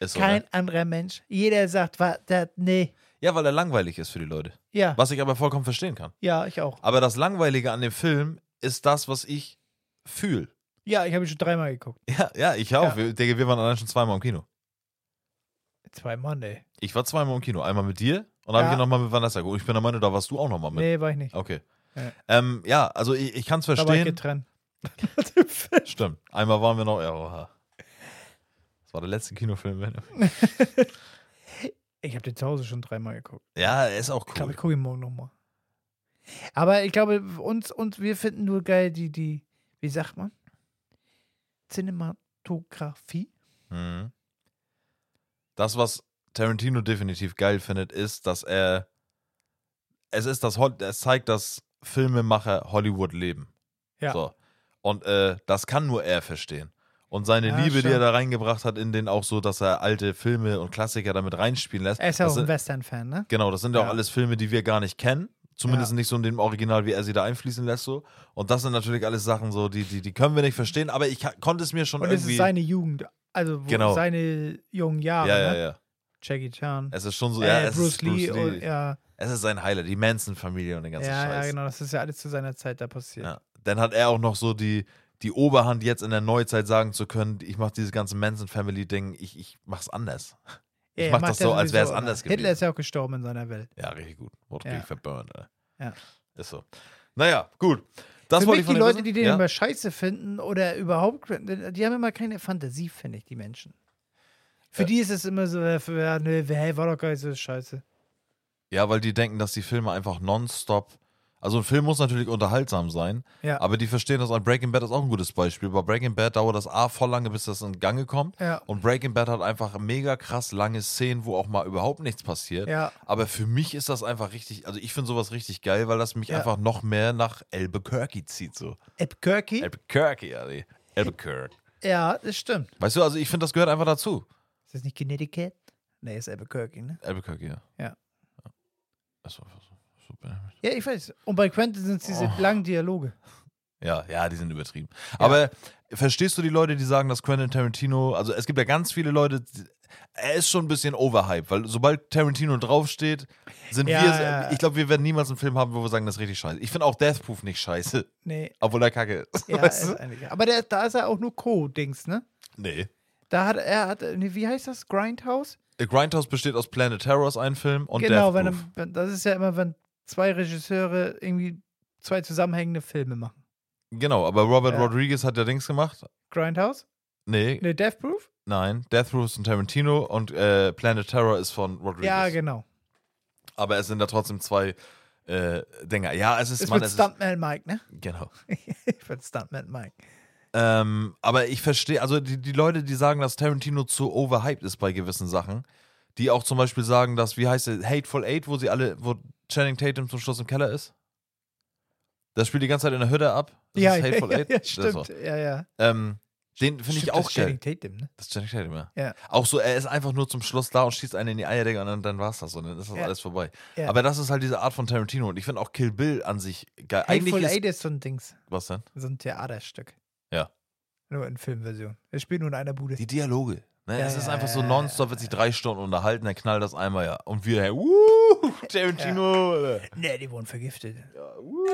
Speaker 3: Ist so,
Speaker 4: Kein
Speaker 3: ne?
Speaker 4: anderer Mensch. Jeder sagt, was, das, nee.
Speaker 3: Ja, weil er langweilig ist für die Leute.
Speaker 4: Ja,
Speaker 3: Was ich aber vollkommen verstehen kann.
Speaker 4: ja, ich auch.
Speaker 3: Aber das Langweilige an dem Film ist das, was ich fühle.
Speaker 4: Ja, ich habe ihn schon dreimal geguckt.
Speaker 3: (laughs) Ja, ja, ich auch. Wir, Digga, wir waren allein schon zweimal im Kino.
Speaker 4: Zweimal, nee.
Speaker 3: Ich war zweimal im Kino. Einmal mit dir und dann
Speaker 4: Ja.
Speaker 3: habe ich nochmal mit Vanessa geguckt. Ich bin der Meinung, da warst du auch nochmal mit.
Speaker 4: Nee, war ich nicht.
Speaker 3: Okay.
Speaker 4: Ja.
Speaker 3: Ähm, ja, also ich, ich kann es
Speaker 4: Da war ich
Speaker 3: verstehen.
Speaker 4: (laughs) getrennt.
Speaker 3: Stimmt. Einmal waren wir noch. Ja, oha. das war der letzte Kinofilm. wenn-
Speaker 4: Ich habe den zu Hause schon dreimal geguckt.
Speaker 3: Ja, er ist auch
Speaker 4: Ich glaube,
Speaker 3: cool.
Speaker 4: ich gucke ihn morgen nochmal. Aber ich glaube, uns, uns, wir finden nur geil die, die, wie sagt man? Cinematografie?
Speaker 3: Mhm. Das, was Tarantino definitiv geil findet, ist, dass er. Es ist das. Hol- Es zeigt, dass Filmemacher Hollywood leben.
Speaker 4: Ja.
Speaker 3: So. Und äh, das kann nur er verstehen. Und seine
Speaker 4: Ja,
Speaker 3: Liebe, die er
Speaker 4: stimmt.
Speaker 3: da reingebracht hat, in den auch so, dass er alte Filme und Klassiker damit reinspielen lässt.
Speaker 4: Er ist ja
Speaker 3: das
Speaker 4: auch ein
Speaker 3: sind,
Speaker 4: Western-Fan, ne?
Speaker 3: genau, das sind ja auch
Speaker 4: Ja.
Speaker 3: alles Filme, die wir gar nicht kennen. Zumindest
Speaker 4: Ja.
Speaker 3: nicht so in dem Original, wie er sie da einfließen lässt. So. Und das sind natürlich alles Sachen, so, die, die, die können wir nicht verstehen, aber ich ha- konnte es mir schon
Speaker 4: Und es
Speaker 3: irgendwie.
Speaker 4: ist seine Jugend, also wo
Speaker 3: Genau.
Speaker 4: seine jungen Jahre,
Speaker 3: ja, ja,
Speaker 4: ne?
Speaker 3: ja.
Speaker 4: Jackie Chan,
Speaker 3: Es ist schon so,
Speaker 4: äh,
Speaker 3: ja, es
Speaker 4: Bruce,
Speaker 3: ist
Speaker 4: Lee, Und, ja,
Speaker 3: Es ist sein Highlight, die Manson-Familie und den ganzen
Speaker 4: ja, ja,
Speaker 3: Scheiß.
Speaker 4: genau, das ist ja alles zu seiner Zeit da passiert.
Speaker 3: Ja. Dann hat er auch noch so die, die Oberhand, jetzt in der Neuzeit sagen zu können, ich mache dieses ganze Manson-Family-Ding, ich, ich mach's anders.
Speaker 4: Ja,
Speaker 3: Ich
Speaker 4: er
Speaker 3: mach
Speaker 4: macht
Speaker 3: das
Speaker 4: ja
Speaker 3: so, als
Speaker 4: sowieso
Speaker 3: wär's
Speaker 4: immer.
Speaker 3: anders
Speaker 4: Hitler
Speaker 3: gewesen.
Speaker 4: ist ja auch gestorben in seiner Welt.
Speaker 3: Ja, richtig gut. Wurde
Speaker 4: Ja.
Speaker 3: ja. verburnt, ey.
Speaker 4: Ja.
Speaker 3: Ist so. Naja, gut. Das
Speaker 4: Für
Speaker 3: wollte
Speaker 4: mich
Speaker 3: ich von
Speaker 4: die
Speaker 3: dir
Speaker 4: Leute,
Speaker 3: wissen.
Speaker 4: die den
Speaker 3: ja?
Speaker 4: immer scheiße finden oder überhaupt, die haben immer keine Fantasie, finde ich, die Menschen. Für die ist es immer so, äh, für- ja, nee, hey, war doch geil, so ist scheiße.
Speaker 3: ja, weil die denken, dass die Filme einfach nonstop. Also ein Film muss natürlich unterhaltsam sein,
Speaker 4: Ja.
Speaker 3: aber die verstehen das. Und Breaking Bad ist auch ein gutes Beispiel. Bei Breaking Bad dauert das A voll lange, bis das in Gange kommt.
Speaker 4: Ja.
Speaker 3: Und Breaking Bad hat einfach mega krass lange Szenen, wo auch mal überhaupt nichts passiert.
Speaker 4: Ja.
Speaker 3: Aber für mich ist das einfach richtig, also ich finde sowas richtig geil, weil das mich
Speaker 4: Ja.
Speaker 3: einfach noch mehr nach Albuquerque zieht. So.
Speaker 4: Albuquerque?
Speaker 3: Albuquerque, Ali. Albuquerque.
Speaker 4: ja, das stimmt.
Speaker 3: Weißt du, also ich finde, das gehört einfach dazu.
Speaker 4: Ist das nicht Connecticut? Nee, ist Albuquerque, ne?
Speaker 3: Albuquerque, ja.
Speaker 4: Ja.
Speaker 3: Achso, achso, achso, Benjamin.
Speaker 4: Ja, ich weiß. Und bei Quentin sind es diese
Speaker 3: Oh.
Speaker 4: langen Dialoge.
Speaker 3: Ja, ja, die sind übertrieben. Aber verstehst du die Leute, die sagen, dass Quentin Tarantino, also es gibt ja ganz viele Leute, die- er ist schon ein bisschen overhyped, weil sobald Tarantino draufsteht, sind
Speaker 4: Ja,
Speaker 3: wir,
Speaker 4: ja, ja.
Speaker 3: ich glaube, wir werden niemals einen Film haben, wo wir sagen, das ist richtig scheiße. Ich finde auch Death Proof nicht scheiße, (laughs)
Speaker 4: Nee.
Speaker 3: obwohl er kacke ist. (laughs)
Speaker 4: Ja,
Speaker 3: Weißt
Speaker 4: ist
Speaker 3: du?
Speaker 4: eigentlich. Aber der, da ist er auch nur Co-Dings, ne?
Speaker 3: Nee.
Speaker 4: Da hat er, hat, äh, nee, wie heißt das? Grindhouse?
Speaker 3: A Grindhouse besteht aus Planet Terrors, ein Film, und
Speaker 4: genau,
Speaker 3: Death
Speaker 4: wenn,
Speaker 3: Proof.
Speaker 4: wenn, das ist ja immer, wenn zwei Regisseure irgendwie zwei zusammenhängende Filme machen.
Speaker 3: Genau, aber Robert
Speaker 4: Ja.
Speaker 3: Rodriguez hat ja Dings gemacht.
Speaker 4: Grindhouse?
Speaker 3: Nee,
Speaker 4: Ne, Death Proof?
Speaker 3: nein. Death Proof ist von Tarantino und äh, Planet Terror ist von Rodriguez.
Speaker 4: Ja, genau.
Speaker 3: Aber es sind da trotzdem zwei äh, Dinger. Ja, es ist,
Speaker 4: Ist
Speaker 3: Mann,
Speaker 4: mit
Speaker 3: es ist,
Speaker 4: Stuntman Mike, ne? (laughs)
Speaker 3: genau.
Speaker 4: ich bin Stuntman Mike.
Speaker 3: Ähm, aber ich verstehe, also die, die Leute, die sagen, dass Tarantino zu overhyped ist bei gewissen Sachen, die auch zum Beispiel sagen, dass, wie heißt der, Hateful Eight, wo sie alle, wo Channing Tatum zum Schluss im Keller ist? Das spielt die ganze Zeit in der Hütte ab. Das
Speaker 4: ja,
Speaker 3: ist Hateful
Speaker 4: ja,
Speaker 3: Eight.
Speaker 4: ja,
Speaker 3: Das ist
Speaker 4: stimmt.
Speaker 3: so.
Speaker 4: Ja, ja.
Speaker 3: Ähm, den finde
Speaker 4: Stimmt,
Speaker 3: ich
Speaker 4: das
Speaker 3: auch
Speaker 4: ist
Speaker 3: geil.
Speaker 4: Channing Tatum, ne?
Speaker 3: Das ist Channing Tatum, ja.
Speaker 4: Ja.
Speaker 3: Auch so, er ist einfach nur zum Schluss da und schießt einen in die Eier, Digga, und dann, dann war's das und dann ist das
Speaker 4: Ja.
Speaker 3: alles vorbei.
Speaker 4: Ja.
Speaker 3: Aber das ist halt diese Art von Tarantino und ich finde auch Kill Bill an sich geil. Eigentlich
Speaker 4: Hateful
Speaker 3: ist,
Speaker 4: Eight ist so ein Dings.
Speaker 3: was denn?
Speaker 4: So ein Theaterstück.
Speaker 3: Ja.
Speaker 4: Nur in Filmversion. Er spielt nur in einer Bude.
Speaker 3: Die Dialoge. Ne?
Speaker 4: Ja,
Speaker 3: es ist
Speaker 4: ja,
Speaker 3: einfach so
Speaker 4: ja,
Speaker 3: nonstop, wird sich drei Stunden unterhalten, dann knallt das einmal ja. Und wir, hey,
Speaker 4: (laughs)
Speaker 3: wuh, Tarantino, Alter.
Speaker 4: nee, die wurden vergiftet.
Speaker 3: Wuh.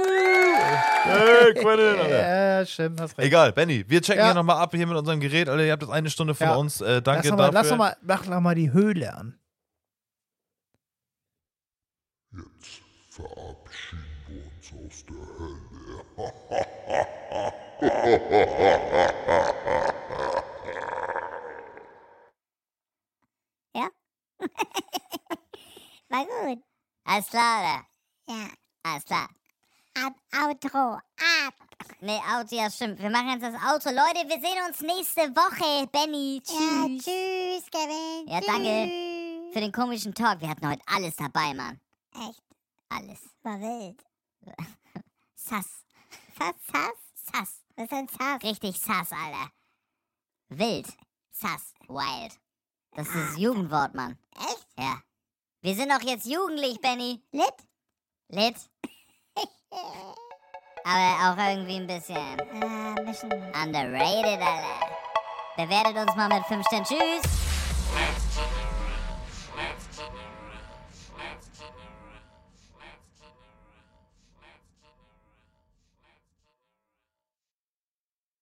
Speaker 3: Hey, Quentin, Alter.
Speaker 4: Ja, stimmt, hast recht.
Speaker 3: Egal, Benny, wir checken
Speaker 4: Ja.
Speaker 3: hier nochmal ab hier mit unserem Gerät, Alter. Ihr habt jetzt eine Stunde von
Speaker 4: Ja.
Speaker 3: uns. Äh, danke
Speaker 4: lass noch mal,
Speaker 3: dafür.
Speaker 4: lass noch mal, mach noch mal die Höhle an.
Speaker 5: Jetzt verabschieden wir uns aus der Hölle.
Speaker 7: War gut.
Speaker 6: Alles klar, oder?
Speaker 7: Ja.
Speaker 6: Alles klar.
Speaker 7: Ab, Outro. Ab.
Speaker 6: Nee, Auto, ja, stimmt. Wir machen jetzt das Auto. Leute, wir sehen uns nächste Woche. Benny,
Speaker 7: Ja,
Speaker 6: tschüss.
Speaker 7: tschüss, Kevin.
Speaker 6: Ja, danke.
Speaker 7: Tschüss.
Speaker 6: Für den komischen Talk. Wir hatten heute alles dabei, Mann.
Speaker 7: Echt,
Speaker 6: Alles.
Speaker 7: war
Speaker 6: (laughs)
Speaker 7: wild.
Speaker 6: Sass.
Speaker 7: Sass, sass.
Speaker 6: Sass.
Speaker 7: Was ist denn sass?
Speaker 6: Richtig sass, Alter. Wild. Sass. Wild. Das ist das Jugendwort, Mann.
Speaker 7: Ah, Echt?
Speaker 6: Ja. Wir sind auch jetzt jugendlich, Benny.
Speaker 7: Lit? (laughs)
Speaker 6: Lit. Aber auch irgendwie ein bisschen
Speaker 7: Äh, bisschen.
Speaker 6: underrated, Alter. Bewertet uns mal mit 5 Sternen. Tschüss.
Speaker 8: Let's